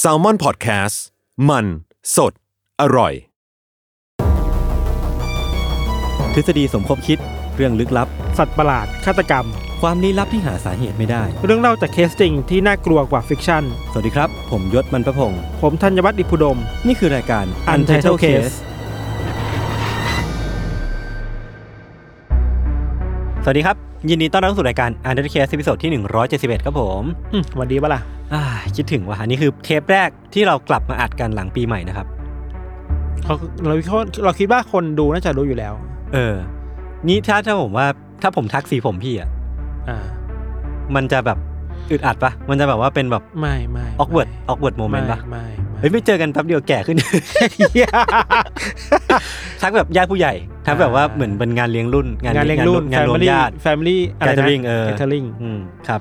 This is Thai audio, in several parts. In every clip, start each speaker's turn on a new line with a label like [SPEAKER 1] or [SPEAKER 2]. [SPEAKER 1] แซลมอนพอดแคสต์มันสดอร่อย
[SPEAKER 2] ทฤษฎีสมคบคิดเรื่องลึกลับ
[SPEAKER 3] สัตว์ประหลาด ฆาตกรรม
[SPEAKER 2] ความลี้ลับที่หาสาเหตุไม่ได้
[SPEAKER 3] เรื่องเล่าจากเคสจริงที่น่ากลัวกว่าฟิกชั่น
[SPEAKER 2] สวัสดีครับ ผมยศมันประพงศ์
[SPEAKER 3] ผมธัญวัฒน์อิพุดม
[SPEAKER 2] นี่คือรายการ
[SPEAKER 3] Untitled Case
[SPEAKER 2] สวัสดีครับ ยินดีต้อนรับเข้าสู่รายการ Untitled Case ตอนที่ 171 ครับผม
[SPEAKER 3] อืมหวันดีปะล่ะ
[SPEAKER 2] อ่าคิดถึงว่านี่คือเทปแรกที่เรากลับมาอัดกันหลังปีใหม่นะครับ
[SPEAKER 3] เขาเราคิดว่าเราคิดว่าคนดูน่าจะรู้อยู่แล้ว
[SPEAKER 2] เออ นี่ถ้าถ้าผมว่าถ้าผมทักสีผมพี่อ่ะ
[SPEAKER 3] อ่า
[SPEAKER 2] มันจะแบบอึดอัดปะมันจะแบบว่าเป็นแบบ
[SPEAKER 3] ไม่ไม่ไม่
[SPEAKER 2] awkward awkward moment ปะ
[SPEAKER 3] ไม่ไม่
[SPEAKER 2] เฮ้ยไม่เจอกันแป๊บเดียวแก่ขึ้น
[SPEAKER 3] เหี้ย
[SPEAKER 2] ทักแบบญาติผู้ใหญ่ทักแบบว่า
[SPEAKER 3] อ่า
[SPEAKER 2] เหมือนเป็นงานเลี้ยงรุ่น
[SPEAKER 3] งานเลี้ยงรุ่น
[SPEAKER 2] งานรวม
[SPEAKER 3] Family
[SPEAKER 2] ญาติ
[SPEAKER 3] Family อะไรนะ
[SPEAKER 2] Gathering เออ
[SPEAKER 3] Gathering
[SPEAKER 2] อืมครับ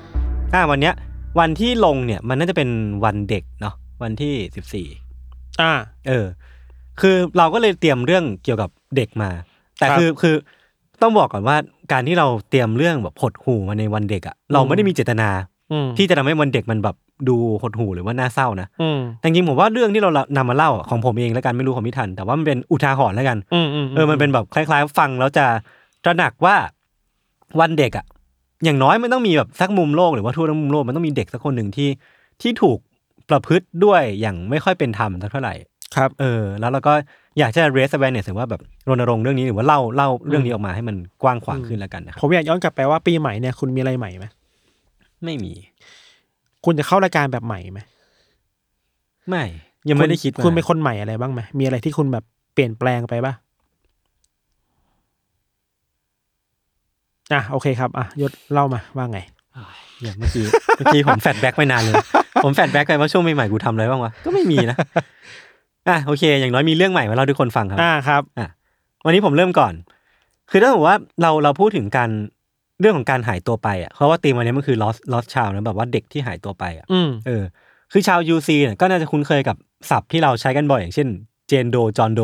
[SPEAKER 2] อ่าวันเนี้ย วันที่ลงเนี่ยมันน่าจะเป็นวันเด็กเนาะวันที่สิบสี่
[SPEAKER 3] อ่า
[SPEAKER 2] เออ คือเราก็เลยเตรียมเรื่องเกี่ยวกับเด็กมา แต่
[SPEAKER 3] ครับ
[SPEAKER 2] คือคือต้องบอกก่อนว่าการที่เราเตรียมเรื่องแบบหดหูมาในวันเด็กอะเรา
[SPEAKER 3] อืม
[SPEAKER 2] ไม่ได้มีเจตนา
[SPEAKER 3] อืม
[SPEAKER 2] ที่จะทำให้วันเด็กมันแบบดูหดหูหรือว่าน่าเศร้านะ
[SPEAKER 3] อืม
[SPEAKER 2] แต่จริงๆผมว่าเรื่องที่เรานำมาเล่าอะของผมเองแล้วกันไม่รู้ของพี่ทัน แต่ว่ามันเป็นอุทาหรณ์แล้วกัน
[SPEAKER 3] อืมอืม
[SPEAKER 2] เออ มันเป็นแบบคล้ายๆ ฟังแล้วจะตระหนักว่าวันเด็กอะอย่างน้อยมันต้องมีแบบสักมุมโลกหรือว่าทั่วทั้งมุมโลกมันต้องมีเด็กสักคนหนึ่งที่ที่ถูกประพฤติด้วยอย่างไม่ค่อยเป็นธรรมสักเท่าไหร่
[SPEAKER 3] ครับ
[SPEAKER 2] เออ แล้วเราก็อยากจะ raise awareness หรือว่าแบบรณรงค์เรื่องนี้หรือว่าเล่าเล่าเรื่องนี้ออกมาให้มันกว้างขวางขึ้นแล้วกันนะค
[SPEAKER 3] ผ
[SPEAKER 2] รับ
[SPEAKER 3] มอยากย้อนกลับไปว่าปีใหม่เนี่ยคุณมีอะไรใหม่ไหม
[SPEAKER 2] ไม่มี
[SPEAKER 3] คุณจะเข้ารายการแบบใหม่ไหม
[SPEAKER 2] ไม่ ยังไม่ได้คิด
[SPEAKER 3] คุณ
[SPEAKER 2] ว่า
[SPEAKER 3] เป็นคนใหม่อะไรบ้างไหมมีอะไรที่คุณแบบเปลี่ยนแปลงไปปะอ่ะโอเคครับอ่ะยศเล่ามาว่าไง
[SPEAKER 2] อย่างเมื่อกี้เมื่อกี้ผมแฟดแบ็กไปนานเลย ผมแฟดแบ็กไปว่าช่วงใหม่ๆกูทำอะไรบ้างวะก็ไม่มีนะอ่ะโอเค อย่างน้อยมีเรื่องใหม่มาเล่าให้ทุกคนฟังครับ
[SPEAKER 3] อ่าครับ
[SPEAKER 2] อ่ะวันนี้ผมเริ่มก่อน คือถ้าผมว่าเราเราพูดถึงการเรื่องของการหายตัวไปอ่ะเพราะว่าตีมวันนี้มันคือ lost lost child นะแบบว่าเด็กที่หายตัวไปอ่ะ
[SPEAKER 3] อืม
[SPEAKER 2] เออคือชาว UC เนี่ยก็น่าจะคุ้นเคยกับศัพท์ที่เราใช้กันบ่อยอย่างเช่นเจนโดจอนโด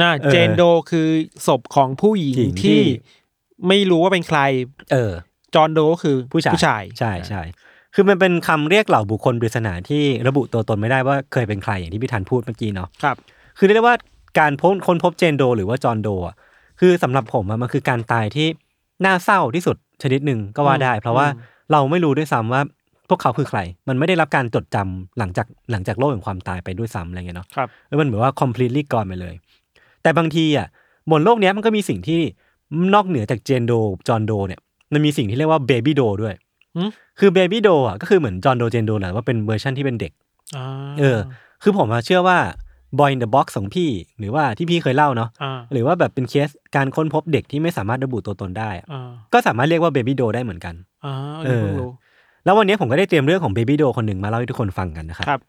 [SPEAKER 3] อ่า
[SPEAKER 2] เออ
[SPEAKER 3] เจนโดคือศพของผู้หญิง
[SPEAKER 2] หญิงที่
[SPEAKER 3] ที่ไม่รู้ว่าเป็นใคร
[SPEAKER 2] เออ
[SPEAKER 3] จอห์นโดก็คือ
[SPEAKER 2] ผู้ชาย
[SPEAKER 3] ผู้ชาย
[SPEAKER 2] ใช่ใช่คือมันเป็นคำเรียกเหล่าบุคคลปริศนาที่ระบุตัวตนไม่ได้ว่าเคยเป็นใครอย่างที่พี่ธันพูดเมื่อกี้เนาะ
[SPEAKER 3] ครับ
[SPEAKER 2] คือเรียกได้ว่าการพบค้นพบเจนโด หรือว่าจอห์นโดอ่ะคือสำหรับผมอะมันคือการตายที่น่าเศร้าที่สุดชนิดหนึ่งก็ว่าได้ เพราะว่า
[SPEAKER 3] อืม
[SPEAKER 2] เราไม่รู้ด้วยซ้ำว่าพวกเขาคือใคร มันไม่ได้รับการจดจำหลังจากหลังจากโลกแห่งความตายไปด้วยซ้ำอะไรเงี้ยเนาะ
[SPEAKER 3] ครับ
[SPEAKER 2] เออมันเหมือนว่า completely gone ไปเลย แต่บางทีอ่ะบนโลกเนี้ยมันก็มีสิ่งที่นอกเหนือจากเจนโดจอห์นโดเนี่ยมันมีสิ่งที่เรียกว่าเบบี้โดด้วย
[SPEAKER 3] หืม
[SPEAKER 2] คือเบบี้โดอ่ะก็คือเหมือนจอห์นโดเจนโดแหละว่าเป็นเวอร์ชันที่เป็นเด็ก
[SPEAKER 3] อ่า
[SPEAKER 2] เออ คือผมอะเชื่อว่า Boy in the Box ของพี่ หรือว่าที่พี่เคยเล่าเนาะ
[SPEAKER 3] อ่า
[SPEAKER 2] หรือว่าแบบเป็นเคสการค้นพบเด็กที่ไม่สามารถระบุตัวตนได้อะ
[SPEAKER 3] อ่า
[SPEAKER 2] ก็สามารถเรียกว่า Baby Doll ได้เหมือนกัน
[SPEAKER 3] อ่า
[SPEAKER 2] เอ
[SPEAKER 3] เอ
[SPEAKER 2] อ
[SPEAKER 3] อรู้
[SPEAKER 2] แล้ววันนี้ผมก็ได้เตรียมเรื่องของ Baby Doll คนหนึ่งมาเล่าให้ทุกคนฟังกันนะครับ
[SPEAKER 3] ครับ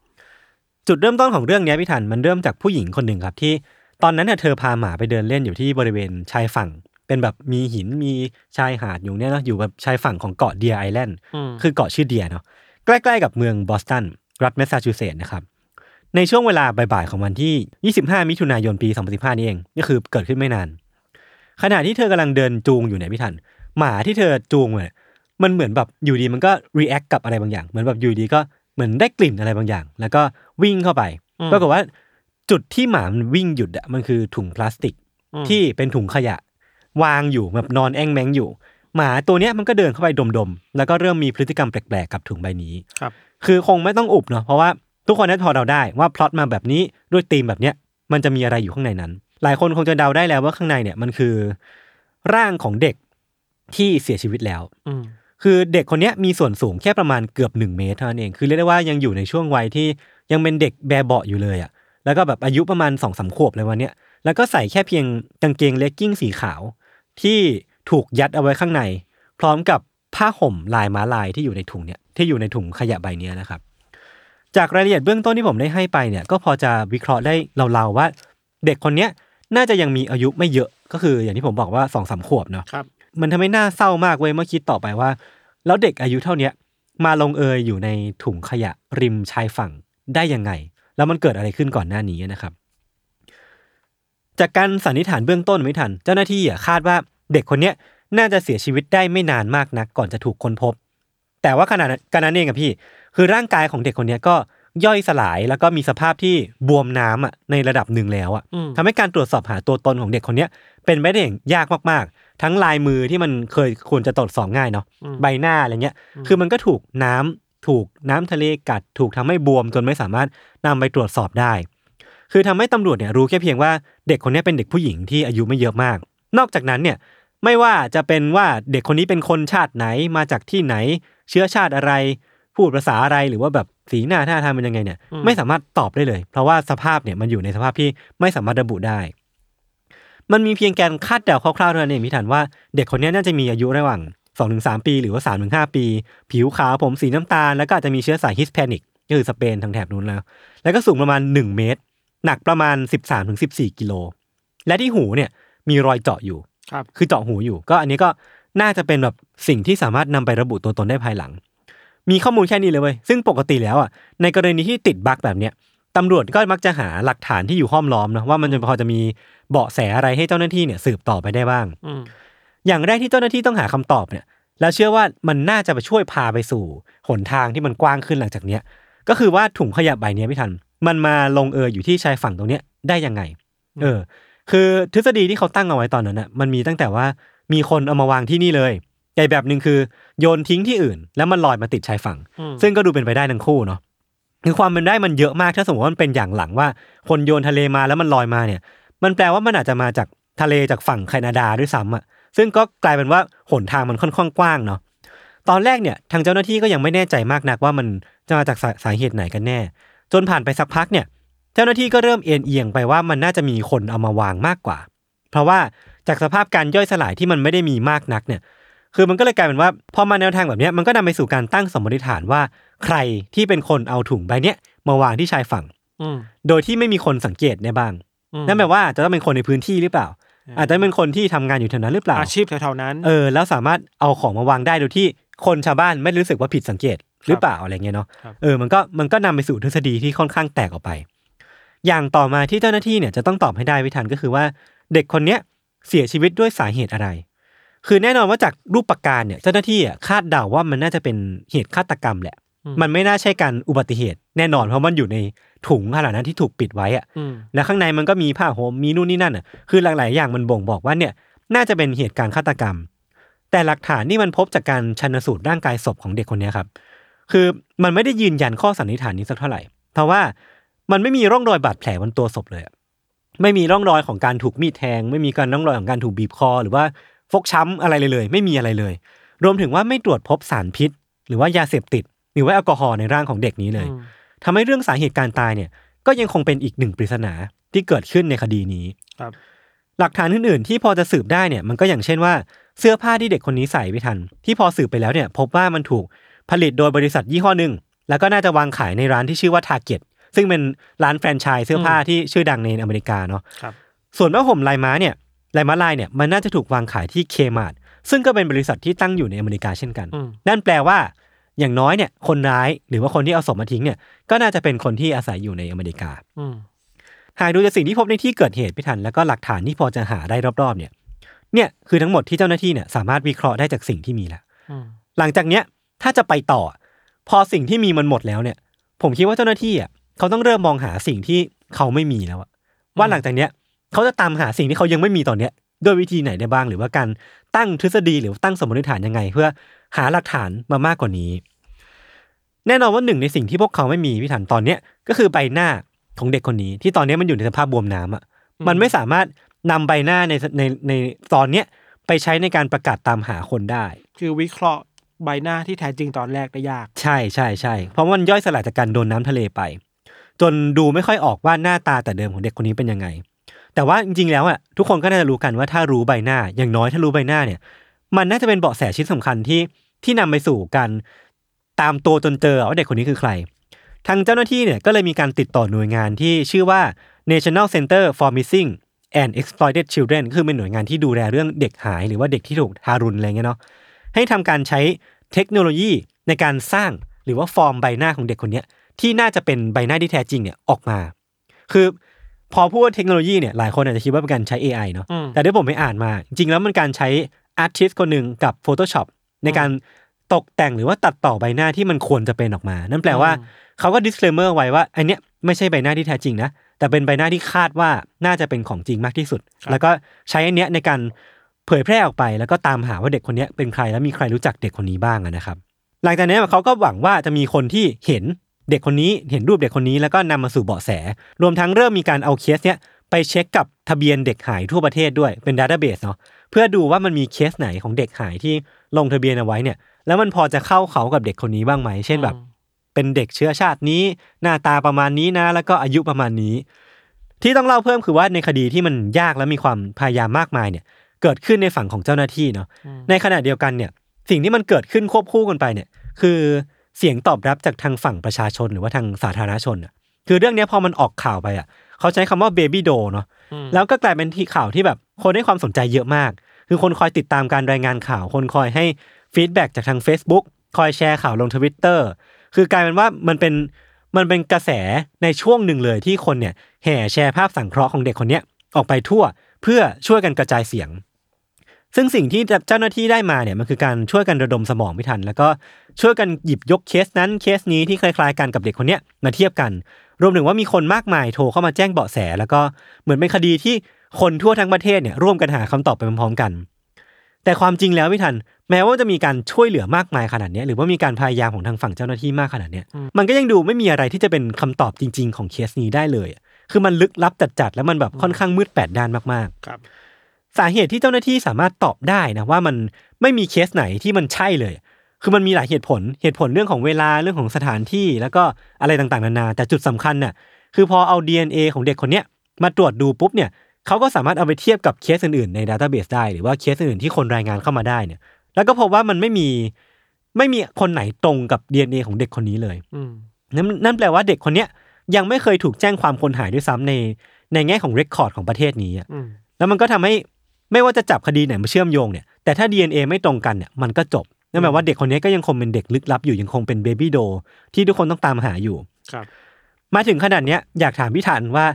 [SPEAKER 2] จุดเริ่มต้นของเรื่องเนี้ยพี่ทันมันเริ่มจากผู้หญิงคนหนึ่งครับที่ตอนนั้นน่ะเธอพาหมาไปเดินเล่นอยู่ที่บริเวณชายฝั่ง เป็นแบบมีหินมีชายหาดอยู่เนี่ยเนาะอยู่แบบชายฝั่งของเกาะเดียไอแลนด์
[SPEAKER 3] อืม
[SPEAKER 2] คือเกาะชื่อเดียเนาะใกล้ๆกับเมืองบอสตัน รัฐแมสซาชูเซตส์นะครับ ในช่วงเวลาบ่ายๆของวันที่ 25 มิถุนายนปี 2015 นี่เองก็คือเกิดขึ้นไม่นาน ขณะที่เธอกำลังเดินจูงอยู่เนี่ยพี่ทัน หมาที่เธอจูงเนี่ยมันเหมือนแบบอยู่ดีมันก็รีแอคกับอะไรบางอย่าง เหมือนแบบอยู่ดีก็เหมือนได้กลิ่นอะไรบางอย่าง แล้วก็วิ่งเข้าไป
[SPEAKER 3] อืม
[SPEAKER 2] ปรากฏว่าจุดที่หมามันวิ่งหยุดอะมันคือถุงพลาสติก
[SPEAKER 3] อืม
[SPEAKER 2] ที่เป็นถุงขยะ วางอยู่แบบนอนแอ่งแมงอยู่ หมาตัวเนี้ยมันก็เดินเข้าไปดมๆ แล้วก็เริ่มมีพฤติกรรมแปลกๆ กับถุงใบนี้
[SPEAKER 3] ครับ
[SPEAKER 2] คือคงไม่ต้องอุบเนาะเพราะว่าทุกคนน่าจะพอเดาได้ว่าพล็อตมาแบบนี้ด้วยธีมแบบเนี้ยมันจะมีอะไรอยู่ข้างในนั้น หลายคนคงจะเดาได้แล้วว่าข้างในเนี่ยมันคือ ร่างของเด็กที่เสียชีวิตแล้ว
[SPEAKER 3] อืม
[SPEAKER 2] คือเด็กคนเนี้ยมีส่วนสูงแค่ประมาณเกือบหนึ่งเมตรเท่านั้นเองคือเรียกได้ว่ายังอยู่ในช่วงวัยที่ยังเป็นเด็กแบเบาะอยู่เลยอะ่ะแล้วก็แบบอายุประมาณสองสามขวบเลยวันเนี้ยแล้วก็ใส่แค่เพียงกางเกงเลกกิ้งสีขาว ที่ถูกยัดเอาไว้ข้างใน พร้อมกับผ้าห่มลายม้าลายที่อยู่ในถุงเนี่ยที่อยู่ในถุงขยะใบเนี้ยนะครับ จากรายละเอียดเบื้องต้นที่ผมได้ให้ไปเนี่ยก็พอจะวิเคราะห์ได้เราๆว่า เด็กคนเนี้ยน่าจะยังมีอายุไม่เยอะก็คืออย่างที่ผมบอกว่าสองสามขวบเนาะ
[SPEAKER 3] ครับ
[SPEAKER 2] มันทำให้น่าเศร้ามากเว้ยเมื่อคิดต่อไปว่า แล้วเด็กอายุเท่าเนี้ยมาลงเอยอยู่ในถุงขยะริมชายฝั่งได้ยังไง แล้วมันเกิดอะไรขึ้นก่อนหน้านี้นะครับ จากการสันนิษฐานเบื้องต้นไม่ทัน เจ้าหน้าที่อะคาดว่าเด็กคนเนี้ยน่าจะเสียชีวิตได้ไม่นานมากนัก ก่อนจะถูกค้นพบ แต่ว่าขนาดการนั้นเองอะพี่ คือร่างกายของเด็กคนเนี้ยก็ย่อยสลายแล้วก็มีสภาพที่บวมน้ำอะในระดับหนึ่งแล้วอะ
[SPEAKER 3] อืม
[SPEAKER 2] ทำให้การตรวจสอบหาตัวตนของเด็กคนเนี้ยเป็นไปได้อย่างยากมากๆ ทั้งลายมือที่มันเคยควรจะตรวจสอบง่ายเนาะ
[SPEAKER 3] อืม
[SPEAKER 2] ใบหน้าอะไรเงี้ย
[SPEAKER 3] อืม
[SPEAKER 2] คือมันก็ถูกน้ำถูกน้ำทะเลกัดถูกทำให้บวมจนไม่สามารถนำไปตรวจสอบได้ คือทำให้ตำรวจเนี่ยรู้แค่เพียงว่าเด็กคนเนี้ยเป็นเด็กผู้หญิงที่อายุไม่เยอะมาก นอกจากนั้นเนี่ยไม่ว่าจะเป็นว่าเด็กคนนี้เป็นคนชาติไหนมาจากที่ไหน เชื้อชาติอะไร พูดภาษาอะไรหรือว่าแบบสีหน้าท่าทางเป็นยังไงเนี่ย
[SPEAKER 3] อืม
[SPEAKER 2] ไม่สามารถตอบได้เลย เพราะว่าสภาพเนี่ยมันอยู่ในสภาพที่ไม่สามารถระบุได้ มันมีเพียงการคาดเดาคร่าวๆเท่านั้นเองพี่ถันว่าเด็กคนนี้น่าจะมีอายุระหว่าง 2-3 ปี หรือว่า 3-5 ปี ผิวขาวผมสีน้ำตาล แล้วก็อาจจะมีเชื้อสายฮิสแพนิกก็คือสเปนทางแถบนู้นแล้ว แล้วก็สูงประมาณ 1 เมตร หนักประมาณ 13-14 กิโล และที่หูเนี่ยมีรอยเจาะอยู่
[SPEAKER 3] ครับ
[SPEAKER 2] คือเจาะหูอยู่ ก็อันนี้ก็น่าจะเป็นแบบสิ่งที่สามารถนำไประบุตัวตนได้ภายหลัง มีข้อมูลแค่นี้เลยเว้ย ซึ่งปกติแล้วอ่ะ ในกรณีที่ติดบั๊กแบบเนี้ยตำรวจก็มักจะหาหลักฐานที่อยู่ห้อมล้อมนะว่ามันจะพอจะมีเบาะแสอะไรให้เจ้าหน้าที่เนี่ยสืบต่อไปได้บ้าง
[SPEAKER 3] อืม
[SPEAKER 2] อย่างแรกที่เจ้าหน้าที่ต้องหาคำตอบเนี่ย แล้วเชื่อว่ามันน่าจะไปช่วยพาไปสู่หนทางที่มันกว้างขึ้นหลังจากเนี้ย ก็คือว่าถุงขยะใบเนี้ยพี่ทัน มันมาลงเอยอยู่ที่ชายฝั่งตรงเนี้ยได้ยังไง เออ คือทฤษฎีที่เขาตั้งเอาไว้ตอนนั้นน่ะ มันมีตั้งแต่ว่ามีคนเอามาวางที่นี่เลยใหญ่แบบหนึ่งคือโยนทิ้งที่อื่น แล้วมันลอยมาติดชายฝั่ง
[SPEAKER 3] อืม
[SPEAKER 2] ซึ่งก็ดูเป็นไปได้ทั้งคู่เนาะ คือความเป็นได้มันเยอะมากถ้าสมมติว่ามันเป็นอย่างหลังว่า คนโยนทะเลมาแล้วมันลอยมาเนี่ย มันแปลว่ามันอาจจะมาจากทะเลจากฝั่งแคนาดาด้วยซ้ำอ่ะ ซึ่งก็กลายเป็นว่าหนทางมันค่อนข้างกว้างเนาะ ตอนแรกเนี่ยทางเจ้าหน้าที่ก็ยังไม่แน่ใจมากนักว่ามันจะมาจากสาสาเหตุไหนกันแน่ จนผ่านไปสักพักเนี่ย เจ้าหน้าที่ก็เริ่มเอ็นเอียงไปว่ามันน่าจะมีคนเอามาวางมากกว่า เพราะว่าจากสภาพการย่อยสลายที่มันไม่ได้มีมากนักเนี่ย คือมันก็เลยกลายเป็นว่าพอมาแนวทางแบบเนี้ยมันก็นำไปสู่การตั้งสมมติฐานว่า ใครที่เป็นคนเอาถุงใบเนี้ยมาวางที่ชายฝั่ง
[SPEAKER 3] อืม
[SPEAKER 2] โดยที่ไม่มีคนสังเกตได้บ้าง
[SPEAKER 3] อืม
[SPEAKER 2] นั่นแปลว่าจะต้องเป็นคนในพื้นที่หรือเปล่า
[SPEAKER 3] อืม
[SPEAKER 2] อาจจะเป็นคนที่ทำงานอยู่แถวนั้นหรือเปล่า
[SPEAKER 3] อาชีพแถวๆนั้น
[SPEAKER 2] เออแล้วสามารถเอาของมาวางได้โดยที่คนชาวบ้านไม่รู้สึกว่าผิดสังเกตหรือเปล่าอะไรเงี้ยเนาะ
[SPEAKER 3] ครับ
[SPEAKER 2] เออมันก็มันก็นำไปสู่ทฤษฎีที่ค่อนข้างแตกออกไป อย่างต่อมาที่เจ้าหน้าที่เนี่ยจะต้องตอบให้ได้วิธันก็คือว่า เด็กคนเนี้ยเสียชีวิตด้วยสาเหตุอะไร คือแน่นอนว่าจากรูปประการเนี่ยเจ้าหน้าที่อ่ะคาดเดาว่ามันน่าจะเป็นเหตุฆาตกรรมแหละ
[SPEAKER 3] อืม
[SPEAKER 2] มันไม่น่าใช่การอุบัติเหตุแน่นอนเพราะมันอยู่ในถุงขนาดนั้นที่ถูกปิดไว้อะ
[SPEAKER 3] อืม
[SPEAKER 2] แล้วข้างในมันก็มีผ้าห่มมีนู่นนี่นั่นอ่ะคือหลายๆอย่างมันบ่งบอกว่าเนี่ยน่าจะเป็นเหตุการณ์ฆาตกรรม แต่หลักฐานที่มันพบจากการชันสูตรร่างกายศพของเด็กคนเนี้ยครับ คือมันไม่ได้ยืนยันข้อสันนิษฐานนี้สักเท่าไหร่ เพราะว่ามันไม่มีร่องรอยบาดแผลบนตัวศพเลยอะไม่มีร่องรอยของการถูกมีดแทง ไม่มีการร่องรอยของการถูกบีบคอ หรือว่าฟกช้ำอะไรเลยเลย ไม่มีอะไรเลย รวมถึงว่าไม่ตรวจพบสารพิษ หรือว่ายาเสพติด หรือว่าแอลกอฮอล์ในร่างของเด็กนี้เลย
[SPEAKER 3] อืม
[SPEAKER 2] ทำให้เรื่องสาเหตุการตายเนี่ยก็ยังคงเป็นอีกหนึ่งปริศนาที่เกิดขึ้นในคดีนี้
[SPEAKER 3] ครับ
[SPEAKER 2] หลักฐานอื่นๆที่พอจะสืบได้เนี่ยมันก็อย่างเช่นว่าเสื้อผ้าที่เด็กคนนี้ใส่ไม่ทัน ที่พอสืบไปแล้วเนี่ยพบว่ามันถูกผลิตโดยบริษัทยี่ห้อหนึ่งแล้วก็น่าจะวางขายในร้านที่ชื่อว่าทาเก็ตซึ่งเป็นร้านแฟรนไชส์เสื้อผ้าที่ชื่อดังในอเมริกาเนาะ
[SPEAKER 3] ครับ
[SPEAKER 2] ส่วนผ้าห่มลายม้าเนี่ยลายม้าลายเนี่ยมันน่าจะถูกวางขายที่เคมาร์ทซึ่งก็เป็นบริษัทที่ตั้งอยู่ในอเมริกาเช่นกัน
[SPEAKER 3] อืม
[SPEAKER 2] นั่นแปลว่า อย่างน้อยเนี่ยคนร้ายหรือว่าคนที่เอาศพมาทิ้งเนี่ยก็น่าจะเป็นคนที่อาศัยอยู่ในอเมริกา
[SPEAKER 3] อืม
[SPEAKER 2] หากดูจากสิ่งที่พบในที่เกิดเหตุพิทันแล้วก็หลักฐานที่พอจะหาได้รอบๆเนี่ยเนี่ยคือทั้งหมดที่เจ้าหน้าที่เนี่ยสามารถวิเคราะห์ได้จากสิ่งที่มีแล้ว
[SPEAKER 3] อืม
[SPEAKER 2] หลังจากเนี้ยถ้าจะไปต่อ พอสิ่งที่มีมันหมดแล้วเนี่ย ผมคิดว่าเจ้าหน้าที่อ่ะเขาต้องเริ่มมองหาสิ่งที่เขาไม่มีแล้วอะว่าหลังจากเนี้ยเขาจะตามหาสิ่งที่เขายังไม่มีตอนเนี้ย ด้วยวิธีไหนได้บ้าง หรือว่าการตั้งทฤษฎีหรือตั้งสมมติฐานยังไง เพื่อหาหลักฐานมามากกว่านี้ แน่นอนว่าหนึ่งในสิ่งที่พวกเขาไม่มีพี่ถันตอนเนี้ยก็คือใบหน้าของเด็กคนนี้ ที่ตอนเนี้ยมันอยู่ในสภาพบวมน้ำอ่ะมันไม่สามารถนำใบหน้าในในในตอนเนี้ยไปใช้ในการประกาศตามหาคนได้
[SPEAKER 3] คือวิเคราะห์ใบหน้าที่แท้จริงตอนแรกได้ยาก
[SPEAKER 2] ใช่ใช่ใช่เพราะมันย่อยสลายจากการโดนน้ำทะเลไป จนดูไม่ค่อยออกว่าหน้าตาแต่เดิมของเด็กคนนี้เป็นยังไง แต่ว่าจริงๆแล้วอ่ะทุกคนก็น่าจะรู้กันว่าถ้ารู้ใบหน้าอย่างน้อยถ้ารู้ใบหน้าเนี่ย มันน่าจะเป็นเบาะแสชิ้นสำคัญที่ที่นำไปสู่การตามตัวจนเจอว่าเด็กคนนี้คือใคร ทางเจ้าหน้าที่เนี่ยก็เลยมีการติดต่อหน่วยงานที่ชื่อว่า National Center for Missing and Exploited Children คือเป็นหน่วยงานที่ดูแลเรื่องเด็กหายหรือว่าเด็กที่ถูกทารุณอะไรเงี้ยเนาะ ให้ทำการใช้เทคโนโลยีในการสร้างหรือว่าฟอร์มใบหน้าของเด็กคนเนี้ยที่น่าจะเป็นใบหน้าที่แท้จริงเนี่ยออกมา คือพอพูดว่าเทคโนโลยีเนี่ยหลายคนอาจจะคิดว่าเป็นการใช้ AI เนาะ
[SPEAKER 3] อืม
[SPEAKER 2] แต่ที่ผมไปอ่านมา จริงๆแล้วมันการใช้อาร์ติสคนหนึ่งกับ Photoshop ในการตกแต่งหรือว่าตัดต่อใบหน้าที่มันควรจะเป็นออกมา นั่นแปลว่าเขาก็ disclaimer ไว้ว่าอันเนี้ยไม่ใช่ใบหน้าที่แท้จริงนะแต่เป็นใบหน้าที่คาดว่าน่าจะเป็นของจริงมากที่สุด แล้วก็ใช้อันเนี้ยในการ เผยแพร่ออกไปแล้วก็ตามหาว่าเด็กคนเนี้ยเป็นใครและมีใครรู้จักเด็กคนนี้บ้างอะนะครับ หลังจากนี้นเขาก็หวังว่าจะมีคนที่เห็นเด็กคนนี้เห็นรูปเด็กคนนี้แล้วก็นำมาสู่เบาะแส รวมทั้งเริ่มมีการเอาเคสเนี้ยไปเช็คกับทะเบียนเด็กหายทั่วประเทศด้วยเป็นดัตเตอร์เบสเนาะเพื่อดูว่ามันมีเคสไหนของเด็กหายที่ลงทะเบียนเอาไว้เนี่ย แล้วมันพอจะเข้าเขากับเด็กคนนี้บ้างไหมเช่นแบบ เป็นเด็กเชื้อชาตินี้ หน้าตาประมาณนี้นะ แล้วก็อายุประมาณนี้ ที่ต้องเล่าเพิ่มคือว่าในคดีที่มันยากและมีความพยายามมากมายเนี่ย เกิดขึ้นในฝั่งของเจ้าหน้าที่เนาะในขณะเดียวกันเนี่ย สิ่งที่มันเกิดขึ้นควบคู่กันไปเนี่ย คือเสียงตอบรับจากทางฝั่งประชาชนหรือว่าทางสาธารณชนอะคือเรื่องเนี้ยพอมันออกข่าวไปอ่ะ เขาใช้คำว่าเบบี้โดเนาะแล้วก็กลายเป็นที่ข่าวที่แบบคนให้ความสนใจเยอะมาก คือคนคอยติดตามการรายงานข่าว คนคอยให้ฟีดแบ็จากทาง Facebook คอยแชร์ข่าวลงทวิตเตอร์ คือกลายเป็นว่ามันเป็นมันเป็นกระแสในช่วงหนึ่งเลยที่คนเนี่ยแห่แชร์ภาพสังเคราะห์ของเด็กคนเนี้ยออกไปทั่วเพื่อช่วยกันกระจายเสียง ซึ่งสิ่งที่เจ้าหน้าที่ได้มาเนี่ยมันคือการช่วยกันระดมสมองไม่ทัน แล้วก็ช่วยกันหยิบยกเคสนั้นเคสนี้ที่คล้ายๆกันกับเด็กคนเนี้ยมาเทียบกัน รวมถึงว่ามีคนมากมายโทรเข้ามาแจ้งเบาะแส แล้วก็เหมือนเป็นคดีที่คนทั่วทั้งประเทศเนี่ยร่วมกันหาคำตอบไปพร้อมๆกัน แต่ความจริงแล้วพี่ทัน แม้ว่าจะมีการช่วยเหลือมากมายขนาดเนี้ยหรือว่ามีการพยายามของทางฝั่งเจ้าหน้าที่มากขนาดเนี้ยมันก็ยังดูไม่มีอะไรที่จะเป็นคำตอบจริง ๆ ของเคสนี้ได้เลยอะคือมันลึกลับจัดๆแล้วมันแบบค่อนข้างมืดแปดด้านมากๆ
[SPEAKER 3] ครับ
[SPEAKER 2] สาเหตุที่เจ้าหน้าที่สามารถตอบได้นะว่ามันไม่มีเคสไหนที่มันใช่เลย คือมันมีหลายเหตุผลเหตุผลเรื่องของเวลาเรื่องของสถานที่แล้วก็อะไรต่างๆนานา แต่จุดสำคัญน่ะคือพอเอา DNA ของเด็กคนเนี้ยมาตรวจดูปุ๊บเนี่ยเขาก็สามารถเอาไปเทียบกับเคสอื่นๆในดัตเตอร์เบสได้ หรือว่าเคสอื่นๆที่คนรายงานเข้ามาได้เนี่ยแล้วก็พบว่ามันไม่มีไม่มีคนไหนตรงกับ DNA ของเด็กคนนี้เลย
[SPEAKER 3] อืม
[SPEAKER 2] นั่นนั่นแปลว่าเด็กคนเนี้ยยังไม่เคยถูกแจ้งความคนหายด้วยซ้ำในในแง่ของเรคคอร์ดของประเทศนี้อะ
[SPEAKER 3] อืม
[SPEAKER 2] แล้วมันก็ทำให้ไม่ว่าจะจับคดีไหนมาเชื่อมโยงเนี่ยแต่ถ้า DNA ไม่ตรงกันเนี่ยมันก็จบนั่นแปลว่าเด็กคนเนี้ยก็ยังคงเป็นเด็กลึกลับอยู่ยังคงเป็นเบบี้โดที่ทุกคนต้องตามหาอยู่
[SPEAKER 3] ครับ
[SPEAKER 2] มาถึงขนาดเนี้ยอยากถามพี่ถันว่า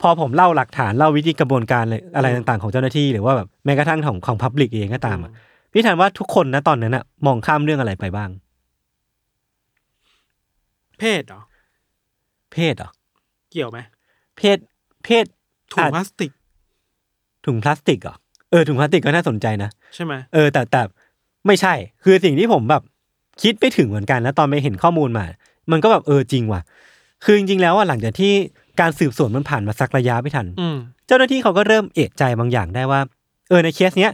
[SPEAKER 2] พอผมเล่าหลักฐานเล่าวิธีกระบวนการเลยอะไรต่างๆของเจ้าหน้าที่ หรือว่าแบบแม้กระทั่งของของพับลิกเองก็ตามอะพี่ถันว่าทุกคนนะตอนนั้นอะมองข้ามเรื่องอะไรไปบ้าง
[SPEAKER 3] เพศเหรอ
[SPEAKER 2] เพศเหรอ
[SPEAKER 3] เกี่ยวไหม
[SPEAKER 2] เพศเพศ
[SPEAKER 3] ถุงพลาสติก
[SPEAKER 2] ถุงพลาสติกเหรอเออถุงพลาสติกก็น่าสนใจนะ
[SPEAKER 3] ใช่ไหม
[SPEAKER 2] เออแต่แต่ไม่ใช่ คือสิ่งที่ผมแบบคิดไม่ถึงเหมือนกันแล้วตอนไปเห็นข้อมูลมา มันก็แบบเออจริงว่ะ คือจริงๆแล้วอ่ะหลังจากที่การสืบสวนมันผ่านมาสักระยะไม่ทัน
[SPEAKER 3] อืม
[SPEAKER 2] เจ้าหน้าที่เขาก็เริ่มเอะใจบางอย่างได้ว่า เออในเคสเนี้ย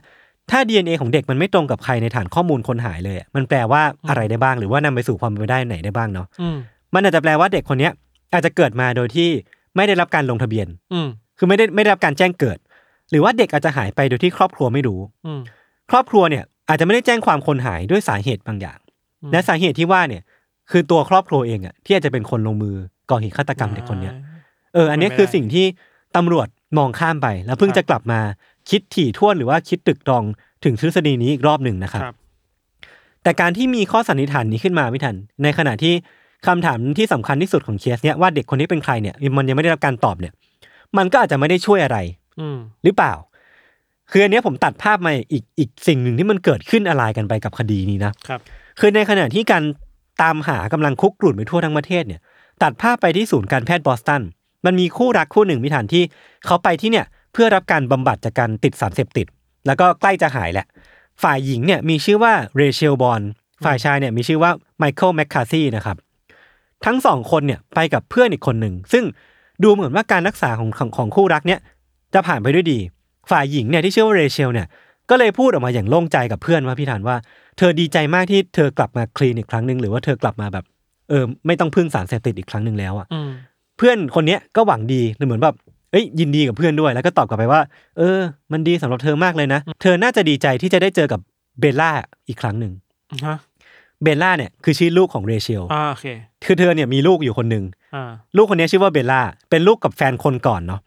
[SPEAKER 2] ถ้า DNA ของเด็กมันไม่ตรงกับใครในฐานข้อมูลคนหายเลยอะมันแปลว่าอะไรได้บ้าง หรือว่านำไปสู่ความเป็นไปได้ไหนได้บ้างเนาะ
[SPEAKER 3] อืม
[SPEAKER 2] มันอาจจะแปลว่าเด็กคนเนี้ยอาจจะเกิดมาโดยที่ไม่ได้รับการลงทะเบียน
[SPEAKER 3] อืม
[SPEAKER 2] คือไม่ได้ไม่ได้รับการแจ้งเกิด หรือว่าเด็กอาจจะหายไปโดยที่ครอบครัวไม่รู้
[SPEAKER 3] อืม
[SPEAKER 2] ครอบครัวเนี่ยอาจจะไม่ได้แจ้งความคนหายด้วยสาเหตุบางอย่าง
[SPEAKER 3] อืม
[SPEAKER 2] และสาเหตุที่ว่าเนี่ยคือตัวครอบครัวเองอะที่อาจจะเป็นคนลงมือก่อเหตุฆาตกรรมเด็กคนเนี้ยเอออันเนี้ยคือสิ่งที่ตำรวจมองข้ามไป แล้วเพิ่งจะกลับมาคิดถี่ถ้วนหรือว่าคิดตึกตรองถึงทฤษฎีนี้อีกรอบหนึ่งนะครับ
[SPEAKER 3] ครับ
[SPEAKER 2] แต่การที่มีข้อสันนิษฐานนี้ขึ้นมาไม่ทัน ในขณะที่คำถามที่สำคัญที่สุดของเคสเนี้ยว่าเด็กคนนี้เป็นใครเนี่ยมันยังไม่ได้รับการตอบเนี่ยมันก็อาจจะไม่ได้ช่วยอะไร
[SPEAKER 3] อืม
[SPEAKER 2] หรือเปล่า คืออันเนี้ยผมตัดภาพมาอีกอีกสิ่งหนึ่งที่มันเกิดขึ้นอะไรกันไปกับคดีนี้นะ
[SPEAKER 3] ครับ
[SPEAKER 2] คือในขณะที่การตามหากำลังคุกกรุ่นไปทั่วทั้งประเทศเนี่ย ตัดภาพไปที่ศูนย์การแพทย์บอสตัน มันมีคู่รักคู่หนึ่งพิธานที่เขาไปที่เนี่ย เพื่อรับการบำบัดจากการติดสารเสพติด แล้วก็ใกล้จะหายแหละ ฝ่ายหญิงเนี่ยมีชื่อว่าเรเชลบอลฝ่ายชายเนี่ยมีชื่อว่าไมเคิลแมคคาซี่นะครับ ทั้งสองคนเนี่ยไปกับเพื่อนอีกคนหนึ่ง ซึ่งดูเหมือนว่าการรักษาของของของคู่รักเนี่ยจะผ่านไปด้วยดี ฝ่ายหญิงเนี่ยที่ชื่อว่าเรเชลเนี่ยก็เลยพูดออกมาอย่างโล่งใจกับเพื่อนว่าพี่ธานว่า เธอดีใจมากที่เธอกลับมาคลีนอีกครั้งหนึ่งหรือว่าเธอกลับมาแบบเออไม่ต้องพึ่งสารเสพติดอีกครั้งหนึ่งแล้วอ่ะ
[SPEAKER 3] อืม
[SPEAKER 2] เพื่อนคนเนี้ยก็หวังดีเหมือนแบบเอ้ยยินดีกับเพื่อนด้วย แล้วก็ตอบกลับไปว่า เออ มันดีสำหรับเธอมากเลยนะ เธอน่าจะดีใจที่จะได้เจอกับเบลล่าอีกครั้งหนึ่ง
[SPEAKER 3] ฮะ
[SPEAKER 2] เบลล่าเนี่ยคือชื่อลูกของเรเชล
[SPEAKER 3] อ่าโอเค
[SPEAKER 2] คือเธอเนี่ยมีลูกอยู่คนหนึ่ง
[SPEAKER 3] อ่า
[SPEAKER 2] ลูกคนเนี้ยชื่อว่าเบลล่าเป็นลูกกับแฟนคนก่อนเนาะ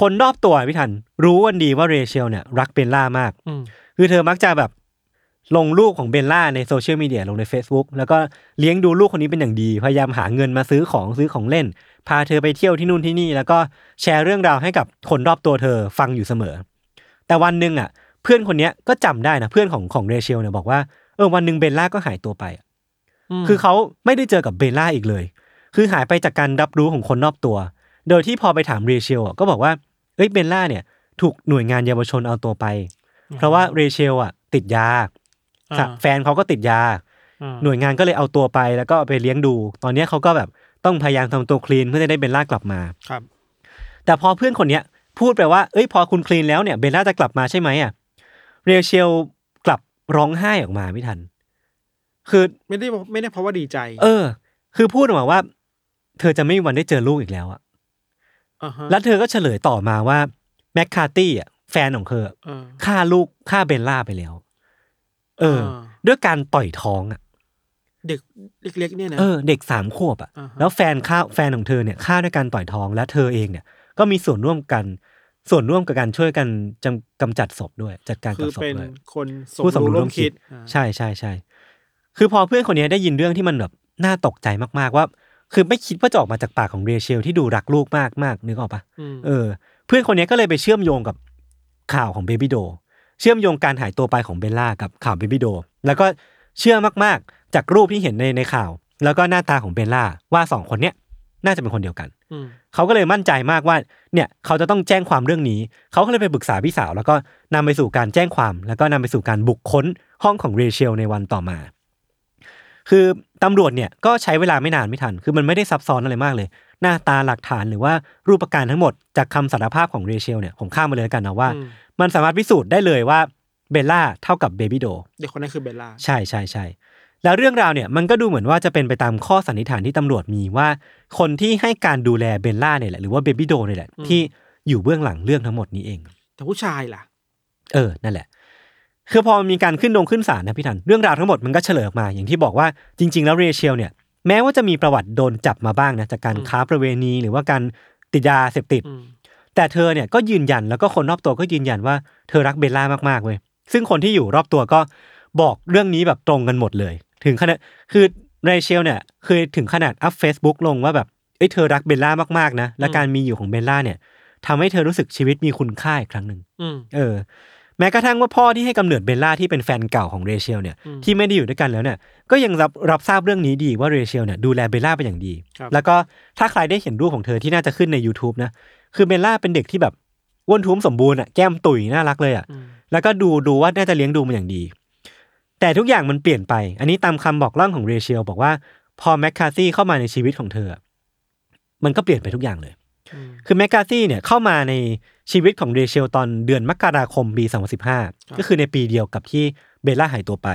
[SPEAKER 2] คนรอบตัวพี่ทันรู้กันดีว่าเรเชลเนี่ยรักเบลล่ามาก
[SPEAKER 3] อืม
[SPEAKER 2] คือเธอมักจะแบบลงรูปของเบลล่าในโซเชียลมีเดียลงใน Facebook แล้วก็เลี้ยงดูลูกคนนี้เป็นอย่างดี พยายามหาเงินมาซื้อของซื้อของเล่น พาเธอไปเที่ยวที่นู่นที่นี่ แล้วก็แชร์เรื่องราวให้กับคนรอบตัวเธอฟังอยู่เสมอ แต่วันหนึ่งอ่ะ เพื่อนคนเนี้ยก็จำได้นะเพื่อนของของเรเชลเนี่ยบอกว่าเออวันหนึ่งเบลล่าก็หายตัวไปอะ
[SPEAKER 3] ม
[SPEAKER 2] คือเขาไม่ได้เจอกับเบลล่าอีกเลย คือหายไปจากการรับรู้ของคนรอบตัว โดยที่พอไปถามเรเชลอะก็บอกว่าเอ้ยเบลล่าเนี่ยถูกหน่วยงานเยาวชนเอาตัวไป เพราะว่าเรเชลอ่ะติดยา
[SPEAKER 3] อ่า
[SPEAKER 2] สะแฟนเขาก็ติดยา
[SPEAKER 3] อ่า
[SPEAKER 2] หน่วยงานก็เลยเอาตัวไปแล้วก็เอาไปเลี้ยงดู ตอนเนี้ยเขาก็แบบต้องพยายามทำตัวคลีนเพื่อจะได้เบลล่ากลับมา
[SPEAKER 3] ครับ
[SPEAKER 2] แต่พอเพื่อนคนเนี้ยพูดไปว่าเอ้ยพอคุณคลีนแล้วเนี่ยเบลล่าจะกลับมาใช่ไหมอ่ะเรเชลกลับร้องไห้ออกมาไม่ทัน คือ
[SPEAKER 3] ไม่ได้บอกไม่ได้เพราะว่าดีใจ
[SPEAKER 2] เออ คือพูดออกมาว่า เธอจะไม่มีวันได้เจอลูกอีกแล้วอ่ะ
[SPEAKER 3] าฮะ
[SPEAKER 2] แล้วเธอก็เฉลยต่อมาว่าแมคคาร์ตี้อ่ะแฟนของเธอ
[SPEAKER 3] เออ
[SPEAKER 2] ฆ่าลูกฆ่าเบลล่าไปแล้ว เออ
[SPEAKER 3] อ่า
[SPEAKER 2] ด้วยการต่อยท้องอ่ะ
[SPEAKER 3] เด็กเล็กๆเนี่ยนะ
[SPEAKER 2] เออ เด็กสามขวบอ่ะ
[SPEAKER 3] อ่าฮะ
[SPEAKER 2] แล้วแฟนฆ่าแฟนของเธอเนี่ยฆ่าด้วยการต่อยท้อง และเธอเองเนี่ย ก็มีส่วนร่วมกัน ส่วนร่วมกับการช่วยกันจำกำจัดศพด้วย จัดการ
[SPEAKER 3] คื
[SPEAKER 2] กับ
[SPEAKER 3] อ
[SPEAKER 2] ศพ
[SPEAKER 3] เป็น
[SPEAKER 2] ด้วย
[SPEAKER 3] คนสม
[SPEAKER 2] ผู้สม
[SPEAKER 3] รู้
[SPEAKER 2] รู้
[SPEAKER 3] ร่
[SPEAKER 2] ร่
[SPEAKER 3] ว
[SPEAKER 2] ว
[SPEAKER 3] ม
[SPEAKER 2] ม
[SPEAKER 3] คิ
[SPEAKER 2] คิ
[SPEAKER 3] ด
[SPEAKER 2] ด
[SPEAKER 3] อ่า
[SPEAKER 2] ใช่ใช่ใช่ คือพอเพื่อนคนเนี้ยได้ยินเรื่องที่มันแบบน่าตกใจมากๆว่า คือไม่คิดว่าจะออกมาจากปากของเรเชลที่ดูรักลูกมากมากๆนึกออกปะ
[SPEAKER 3] ม
[SPEAKER 2] เออเพื่อนคนเนี้ยก็เลยไปเชื่อมโยงกับข่าวของเบบี้โด เชื่อมโยงการหายตัวไปของเบลล่ากับข่าวเบบี้โด แล้วก็เชื่อมากๆ จากรูปที่เห็นในในข่าว แล้วก็หน้าตาของเบลล่าว่าสองคนเนี้ยน่าจะเป็นคนเดียวกัน
[SPEAKER 3] ม
[SPEAKER 2] เขาก็เลยมั่นใจมากว่าเนี่ยเขาจะต้องแจ้งความเรื่องนี้ เขาก็เลยไปปรึกษาพี่สาว แล้วก็นำไปสู่การแจ้งความ แล้วก็นำไปสู่การบุกค้นห้องของเรเชลในวันต่อมา คือตำรวจเนี่ยก็ใช้เวลาไม่นานไม่ทัน คือมันไม่ได้ซับซ้อนอะไรมากเลย หน้าตาหลักฐานหรือว่ารูปการณ์ทั้งหมดจากคำสารภาพของเรเชลเนี่ยผมข้ามมาเลยแล้วกันนะว่า
[SPEAKER 3] อืม
[SPEAKER 2] มันสามารถพิสูจน์ได้เลยว่าเบลล่าเท่ากับเบบี้โด
[SPEAKER 3] เด็กคนนั้นคือเบลล่า
[SPEAKER 2] ใช่ใช่ใช่แล้วเรื่องราวเนี่ยมันก็ดูเหมือนว่าจะเป็นไปตามข้อสันนิษฐานที่ตำรวจมีว่า คนที่ให้การดูแลเบลล่าเนี่ยแหละหรือว่าเบบี้โดเนี่ยแหละที่อยู่เบื้องหลังเรื่องทั้งหมดนี้เอง
[SPEAKER 3] แต่ผู้ชายล่ะ
[SPEAKER 2] เออ นั่นแหละ คือพอมีการขึ้นลงขึ้นศาลนะพี่ทัน เรื่องราวทั้งหมดมันก็เฉลยออกมา อย่างที่บอกว่าจริง ๆ แล้วเรเชลเนี่ย แม้ว่าจะมีประวัติโดนจับมาบ้างนะจากการ
[SPEAKER 3] อืม
[SPEAKER 2] ค้าประเวณีหรือว่าการติดยาเสพติด
[SPEAKER 3] อืม
[SPEAKER 2] แต่เธอเนี่ยก็ยืนยันแล้วก็คนรอบตัวก็ยืนยันว่าเธอรักเบลล่ามากๆเว้ยซึ่งคนที่อยู่รอบตัวก็บอกเรื่องนี้แบบตรงกันหมดเลย ถึงขนาดคือเรเชลเนี่ยเคยถึงขนาดอัพ Facebook ลงว่าแบบเอ้ยเธอรักเบลล่ามากๆนะและการมีอยู่ของเบลล่าเนี่ยทำให้เธอรู้สึกชีวิตมีคุณค่าอีกครั้งหนึ่ง
[SPEAKER 3] อืม
[SPEAKER 2] เออแม้กระทั่งว่าพ่อที่ให้กำเนิดเบลล่าที่เป็นแฟนเก่าของเรเชลเนี่ย
[SPEAKER 3] อืม
[SPEAKER 2] ที่ไม่ได้อยู่ด้วยกันแล้วเนี่ยก็ยังรับรับทราบเรื่องนี้ดีว่าเรเชลเนี่ยดูแลเบลล่าเป็นอย่างดี
[SPEAKER 3] ครับ
[SPEAKER 2] แล้วก็ถ้าใครได้เห็นรูปของเธอที่น่าจะขึ้นใน YouTube นะคือเบลล่าเป็นเด็กที่แบบอ้วนท้วมสมบูรณ์อ่ะแก้มตุ๋ยน่ารักเลยอ่ะ
[SPEAKER 3] อืม
[SPEAKER 2] แล้วก็ดูดูว่าน่าจะเลี้ยงดูมันอย่างดี แต่ทุกอย่างมันเปลี่ยนไป อันนี้ตามคำบอกเล่าของเรเชลบอกว่าพอแมคคาซี่เข้ามาในชีวิตของเธออะมันก็เปลี่ยนไปทุกอย่างเลย
[SPEAKER 3] อืม
[SPEAKER 2] คือแมกกาซี่เนี่ยเข้ามาในชีวิตของเรเชลตอนเดือนมกราคมปี
[SPEAKER 3] ครับ
[SPEAKER 2] 2015 ก็คือในปีเดียวกับที่เบลล่าหายตัวไป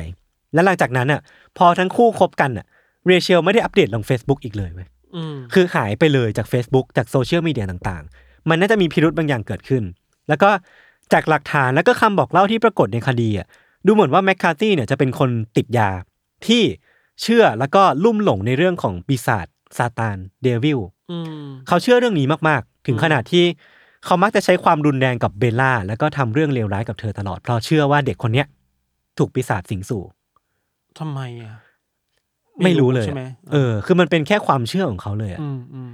[SPEAKER 2] และหลังจากนั้นอ่ะพอทั้งคู่คบกันอ่ะเรเชลไม่ได้อัปเดตลง Facebook อีกเลยเว้ย
[SPEAKER 3] อืม
[SPEAKER 2] คือหายไปเลยจาก Facebook จากโซเชียลมีเดียต่างๆ มันน่าจะมีพิรุธบางอย่างเกิดขึ้น แล้วก็จากหลักฐานแล้วก็คำบอกเล่าที่ปรากฏในคดีอ่ะดูเหมือนว่าแมคคาซี่เนี่ยจะเป็นคนติดยาที่เชื่อแล้วก็ลุ่มหลงในเรื่องของปีศาจซาตานเดวิล
[SPEAKER 3] อืม
[SPEAKER 2] เขาเชื่อเรื่องนี้มาก ๆ ถึง
[SPEAKER 3] อืม
[SPEAKER 2] ขนาดที่เขามักจะใช้ความรุนแรงกับเบลล่า แล้วก็ทำเรื่องเลวร้ายกับเธอตลอด เพราะเชื่อว่าเด็กคนเนี้ยถูกปีศาจสิงสู่
[SPEAKER 3] ทำไมอ่ะ
[SPEAKER 2] ไม่รู้เลย
[SPEAKER 3] ใช่ไหม
[SPEAKER 2] เออ คือมันเป็นแค่ความเชื่อของเขาเลยอะ
[SPEAKER 3] อืมอืม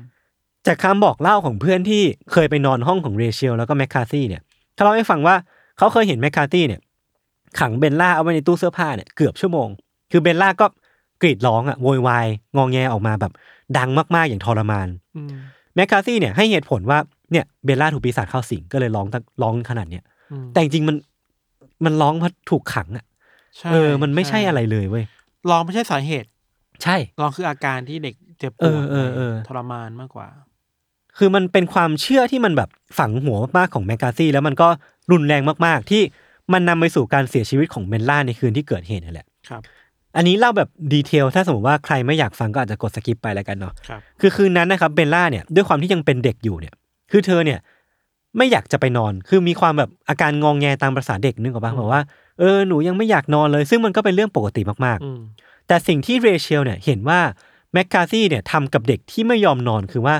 [SPEAKER 2] จากคำบอกเล่าของเพื่อนที่เคยไปนอนห้องของเรเชลแล้วก็แมคคาซี่เนี่ยเขาเล่าให้ฟังว่าเขาเคยเห็นแมคคาซี่เนี่ย ขังเบลล่าเอาไว้ในตู้เสื้อผ้าเนี่ยเกือบชั่วโมง คือเบลล่าก็กรีดร้องอะโวยวายงองแงออกมาแบบดังมาก ๆ อย่างทรมาน
[SPEAKER 3] อืม
[SPEAKER 2] แมคคาซี่เนี่ยให้เหตุผลว่า เนี่ยเบลล่าถูกปีศาจเข้าสิงก็เลยร้องตั้งร้องขนาดเนี้ย
[SPEAKER 3] อืม
[SPEAKER 2] แต่จริงๆมันมันร้องเพราะถูกขังอ่ะ
[SPEAKER 3] ใช่
[SPEAKER 2] เออมันไม่ใช่อะไรเลยเว้ย
[SPEAKER 3] ลองไม่ใช่สาเหตุ
[SPEAKER 2] ใช่
[SPEAKER 3] ลองคืออาการที่เด็กเจ็บป
[SPEAKER 2] เอ
[SPEAKER 3] ว
[SPEAKER 2] อ
[SPEAKER 3] ด
[SPEAKER 2] เออเออ
[SPEAKER 3] ทรมานมากกว่า
[SPEAKER 2] คือมันเป็นความเชื่อที่มันแบบฝังหัวมากๆของแมกกาซี่ แล้วมันก็รุนแรงมากๆ ที่มันนำไปสู่การเสียชีวิตของเบลล่าในคืนที่เกิดเหตุนั่นแหละ
[SPEAKER 3] ครับ
[SPEAKER 2] อันนี้เล่าแบบดีเทล ถ้าสมมติว่าใครไม่อยากฟังก็อาจจะกดสกิปไปแล้วกันเนาะ
[SPEAKER 3] ครับ
[SPEAKER 2] คือคืนนั้นนะครับเบลล่าเนี่ยด้วยความที่ยังเป็นเด็กอยู่เนี่ย คือเธอเนี่ยไม่อยากจะไปนอน คือมีความแบบอาการงองแงตามประษาเด็กนึกออกปะ
[SPEAKER 3] อืม
[SPEAKER 2] แบบว่าเออหนูยังไม่อยากนอนเลย ซึ่งมันก็เป็นเรื่องปกติมาก
[SPEAKER 3] อืม
[SPEAKER 2] ๆ แต่สิ่งที่เรเชลเนี่ยเห็นว่าแมคคาซี่เนี่ยทำกับเด็กที่ไม่ยอมนอนคือว่า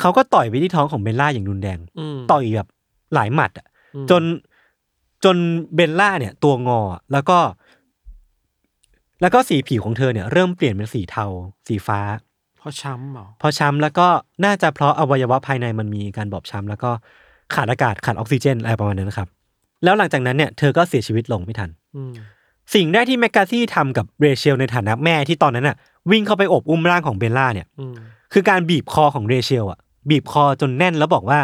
[SPEAKER 2] เขาก็ต่อยไปที่ท้องของเบลล่าอย่างรุนแรง
[SPEAKER 3] อืม
[SPEAKER 2] ต่อยแบบหลายหมัดอะ
[SPEAKER 3] ม
[SPEAKER 2] จนจนเบลล่าเนี่ย ตัวงอแล้วก็ แล้วก็สีผิวของเธอเนี่ยเริ่มเปลี่ยนเป็นสีเทา สีฟ้า
[SPEAKER 3] เพราะช้ำเหรอ
[SPEAKER 2] พอช้ำแล้วก็น่าจะเพราะอวัยวะภายในมันมีการบอบช้ำแล้วก็ขาดอากาศขาดออกซิเจนอะไรประมาณนั้นนะครับ แล้วหลังจากนั้นเนี่ยเธอก็เสียชีวิตลงไม่ทัน
[SPEAKER 3] อืม
[SPEAKER 2] สิ่งแรกที่แมกกาซี่ทำกับเรเชลในฐานะแม่ที่ตอนนั้นน่ะ วิ่งเข้าไปโอบอุ้มร่างของเบลล่าเนี่ย
[SPEAKER 3] อืม
[SPEAKER 2] คือการบีบคอของเรเชลอ่ะ บีบคอจนแน่นแล้วบอกว่า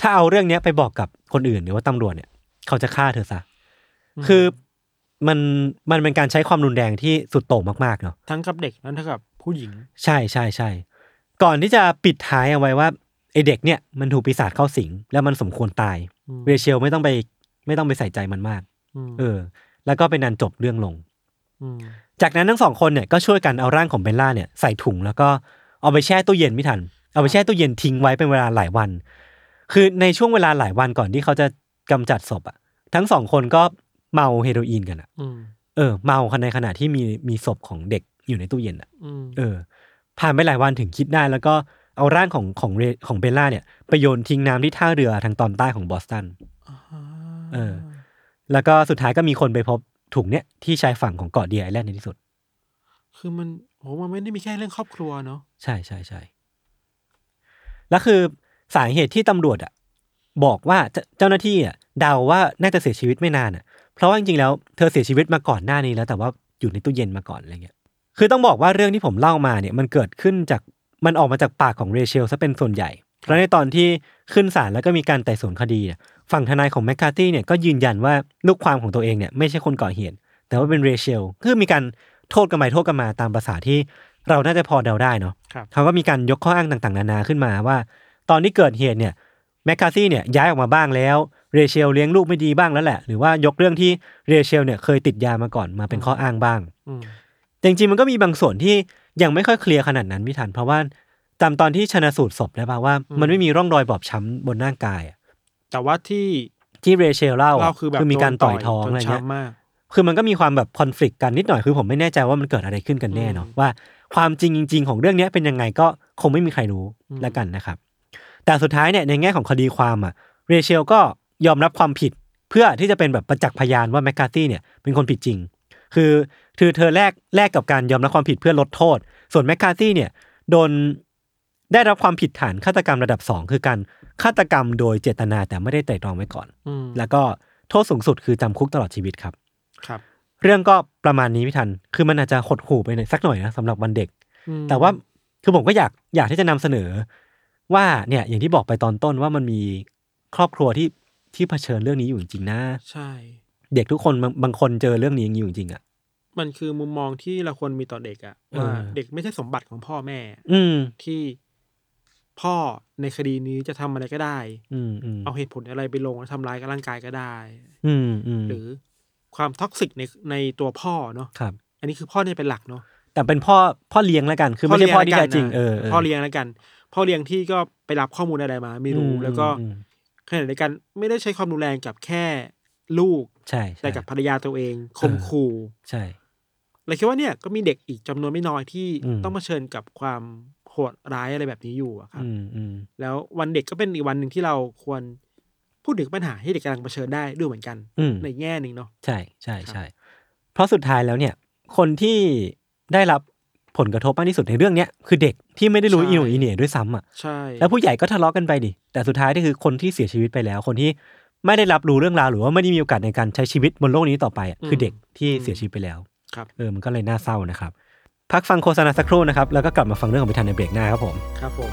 [SPEAKER 2] ถ้าเอาเรื่องเนี้ยไปบอกกับคนอื่นหรือว่าตำรวจเนี่ย เขาจะฆ่าเธอซะคือมันมันเป็นการใช้ความรุนแรงที่สุดโต่งมากๆเนาะ
[SPEAKER 3] ทั้งกับเด็กนั้นเท่ากับผู้หญิง
[SPEAKER 2] ใช่ใช่ใช่ก่อนที่จะปิดท้ายเอาไว้ว่าไอเด็กเนี่ยมันถูกปีศาจเข้าสิง แล้วมันสมควรตาย
[SPEAKER 3] อืม
[SPEAKER 2] เรเชลไม่ต้องไปไม่ต้องไปใส่ใจมันมาก
[SPEAKER 3] ม
[SPEAKER 2] เออ แล้วก็เป็นนันจบเรื่องลง
[SPEAKER 3] ม
[SPEAKER 2] จากนั้นทั้งสองคนเนี่ยก็ช่วยกันเอาร่างของเบลล่าเนี่ยใส่ถุงแล้วก็เอาไปแช่ตู้เย็นไม่ทัน เอาไปแช่ตู้เย็นทิ้งไว้เป็นเวลาหลายวัน คือในช่วงเวลาหลายวันก่อนที่เขาจะกำจัดศพอ่ะ ทั้งสองคนก็เมาเฮโรอีนกันอ่ะ
[SPEAKER 3] อืม
[SPEAKER 2] เออเมากันในขณะที่มีมีศพของเด็กอยู่ในตู้เย็นอ่ะ
[SPEAKER 3] อืม
[SPEAKER 2] เออผ่านไปหลายวันถึงคิดได้ แล้วก็เอาร่างของของเรของเบลล่าเนี่ยไปโยนทิ้งน้ำที่ท่าเรือทางตอนใต้ของบอสตัน เออ แล้วก็สุดท้ายก็มีคนไปพบถุงเนี่ยที่ชายฝั่งของเกาะเดียไอแลนด์ในที่สุด
[SPEAKER 3] คือมันโหมันไม่ได้มีแค่เรื่องครอบครัวเนาะ
[SPEAKER 2] ใช่ใช่ใช่แล้วคือสาเหตุที่ตำรวจอ่ะบอกว่าเจเจ้าหน้าที่อ่ะเดาว่าน่าจะเสียชีวิตไม่นานอ่ะ เพราะว่าจริงๆแล้วเธอเสียชีวิตมาก่อนหน้านี้แล้ว แต่ว่าอยู่ในตู้เย็นมาก่อนอะไรเงี้ย คือต้องบอกว่าเรื่องที่ผมเล่ามาเนี่ยมันเกิดขึ้นจากมันออกมาจากปากของเรเชลซะเป็นส่วนใหญ่ เพราะในตอนที่ขึ้นศาลแล้วก็มีการไต่สวนคดีเนี่ยฝั่งทนายของแมคคาร์ตี้เนี่ยก็ยืนยันว่าลูกความของตัวเองเนี่ยไม่ใช่คนก่อเหตุ แต่ว่าเป็นเรเชลคือมีการโทษกันไปโทษกันมาตามภาษาที่เราน่าจะพอเดาได้เนาะ
[SPEAKER 3] ครับ
[SPEAKER 2] เขาก็มีการยกข้ออ้างต่างๆ นานาขึ้นมาว่า ตอนที่เกิดเหตุเนี่ยแมคคาซี่เนี่ยย้ายออกมาบ้างแล้วเรเชลเลี้ยงลูกไม่ดีบ้างแล้วแหละ หรือว่ายกเรื่องที่เรเชลเนี่ยเคยติดยามาก่อนมาเป็นข้ออ้างบ้าง
[SPEAKER 3] อืม
[SPEAKER 2] แต่จริงๆมันก็มีบางส่วนที่ยังไม่ค่อยเคลียร์ขนาดนั้นพี่ทันเพราะว่าตามตอนที่ชนะสูตรศพได้ป่าว่า มันไม่มีร่องรอยบอบช้ำบนร่างกายอะ
[SPEAKER 3] แต่ว่าที่
[SPEAKER 2] ที่เรเชลเล่าอะ
[SPEAKER 3] เราคือแบบ
[SPEAKER 2] คือมีการต่อยท้อง
[SPEAKER 3] จ
[SPEAKER 2] อะไร
[SPEAKER 3] น
[SPEAKER 2] เงี้ย
[SPEAKER 3] ช้ำมาก
[SPEAKER 2] คือมันก็มีความแบบคอน FLICT กันนิดหน่อยคือผมไม่แน่ใจว่ามันเกิดอะไรขึ้นกันแน่เนาะว่าความจริงจริง ๆ ของเรื่องเนี้ยเป็นยังไงก็คงไม่มีใครรู้
[SPEAKER 3] อืม
[SPEAKER 2] แล้วกันนะครับ แต่สุดท้ายเนี่ยในแง่ของคดีความอ่ะเรเชลก็ยอมรับความผิดเพื่อที่จะเป็นแบบประจักษ์พยานว่าแมคคาร์ตี้เนี่ยเป็นคนผิดจริง คือคือเธอแลกแลกกับการยอมรับความผิดเพื่อลดโทษ ส่วนแมคคาร์ตี้เนี่ยโดนได้รับความผิดฐานฆาตกรรมระดับสองคือการฆาตกรรมโดยเจตนาแต่ไม่ได้ไตร่ตรองไว้ก่อน
[SPEAKER 3] อืม
[SPEAKER 2] แล้วก็โทษสูงสุดคือจำคุกตลอดชีวิตครับ
[SPEAKER 3] ครับ
[SPEAKER 2] เรื่องก็ประมาณนี้พี่ทัน คือมันอาจจะหดหู่ไปหน่อยสักหน่อยนะสำหรับวันเด็ก
[SPEAKER 3] อืม
[SPEAKER 2] แต่ว่าคือผมก็อยากอยากที่จะนำเสนอ ว่าเนี่ยอย่างที่บอกไปตอนต้นว่ามันมีครอบครัวที่ที่เผชิญเรื่องนี้อยู่จริงๆนะ
[SPEAKER 3] ใช่
[SPEAKER 2] เด็กทุกคนบางบางคนเจอเรื่องนี้อย่างนี้อยู่จริงอ่ะ
[SPEAKER 3] มันคือมุมมองที่เราควรมีต่อเด็กอะ
[SPEAKER 2] เออ
[SPEAKER 3] ว่าเด็กไม่ใช่สมบัติของพ่อแม่
[SPEAKER 2] อืม
[SPEAKER 3] ที่พ่อในคดีนี้จะทำอะไรก็ได้
[SPEAKER 2] อืมอืม
[SPEAKER 3] เอาเหตุผลอะไรไปลงแล้วทำร้ายกับร่างกายก็ได้
[SPEAKER 2] อืมอืม
[SPEAKER 3] หรือความท็อกซิกในในตัวพ่อเนาะ
[SPEAKER 2] ครับ
[SPEAKER 3] อันนี้คือพ่อเนี่ยเป็นหลักเนาะ
[SPEAKER 2] แต่เป็นพ่อพ่อเลี้ยงแล้วกัน คือไม่ใช่พ่อที่แท้จริง
[SPEAKER 3] นะ
[SPEAKER 2] เออเออ
[SPEAKER 3] พ่อเลี้ยงแล้วกัน พ่อเลี้ยงที่ก็ไปรับข้อมูลอะไรมา ไม่รู้
[SPEAKER 2] อืม
[SPEAKER 3] แล้วก็
[SPEAKER 2] อืมอืม
[SPEAKER 3] ขณะเดียวกันไม่ได้ใช้ความรุนแรงกับแค่ลูก
[SPEAKER 2] ใช่ใช่
[SPEAKER 3] แต่กับภรรยาตัวเองคม
[SPEAKER 2] เออ
[SPEAKER 3] ขู่
[SPEAKER 2] ใช่
[SPEAKER 3] เราคิดว่าเนี่ยก็มีเด็กอีกจำนวนไม่น้อยที่
[SPEAKER 2] อืม
[SPEAKER 3] ต้องเผชิญกับความโหดร้ายอะไรแบบนี้อยู่อะครับ
[SPEAKER 2] อืมอืม
[SPEAKER 3] แล้ววันเด็กก็เป็นอีกวันหนึ่งที่เราควรพูดถึงปัญหาที่เด็กกำลังเผชิญได้ด้วยเหมือนกัน
[SPEAKER 2] อืม
[SPEAKER 3] ในแง่หนึ่งเนาะ
[SPEAKER 2] ใช่ใช่
[SPEAKER 3] ครับ
[SPEAKER 2] ใช่เพราะสุดท้ายแล้วเนี่ย คนที่ได้รับผลกระทบมากที่สุดในเรื่องเนี้ยคือเด็กที่ไม่ได้รู้อีโหนอีเหน่ด้วยซ้ำอ่ะ
[SPEAKER 3] ใช่
[SPEAKER 2] แล้วผู้ใหญ่ก็ทะเลาะกันไปดิแต่สุดท้ายนี่คือคนที่เสียชีวิตไปแล้ว คนที่ไม่ได้รับรู้เรื่องราวหรือว่าไม่ได้มีโอกาสในการใช้ชีวิตบนโลกนี้ต่อไปอะคือเด็กที่เสียชีวิตไปแล้ว
[SPEAKER 3] ครับ
[SPEAKER 2] เออมันก็เลยน่าเศร้านะครับ พักฟังโฆษณาสักครู่นะครับแล้วก็กลับมาฟังเรื่องของพิธันในเบรกหน้าครับผม
[SPEAKER 3] ครับผม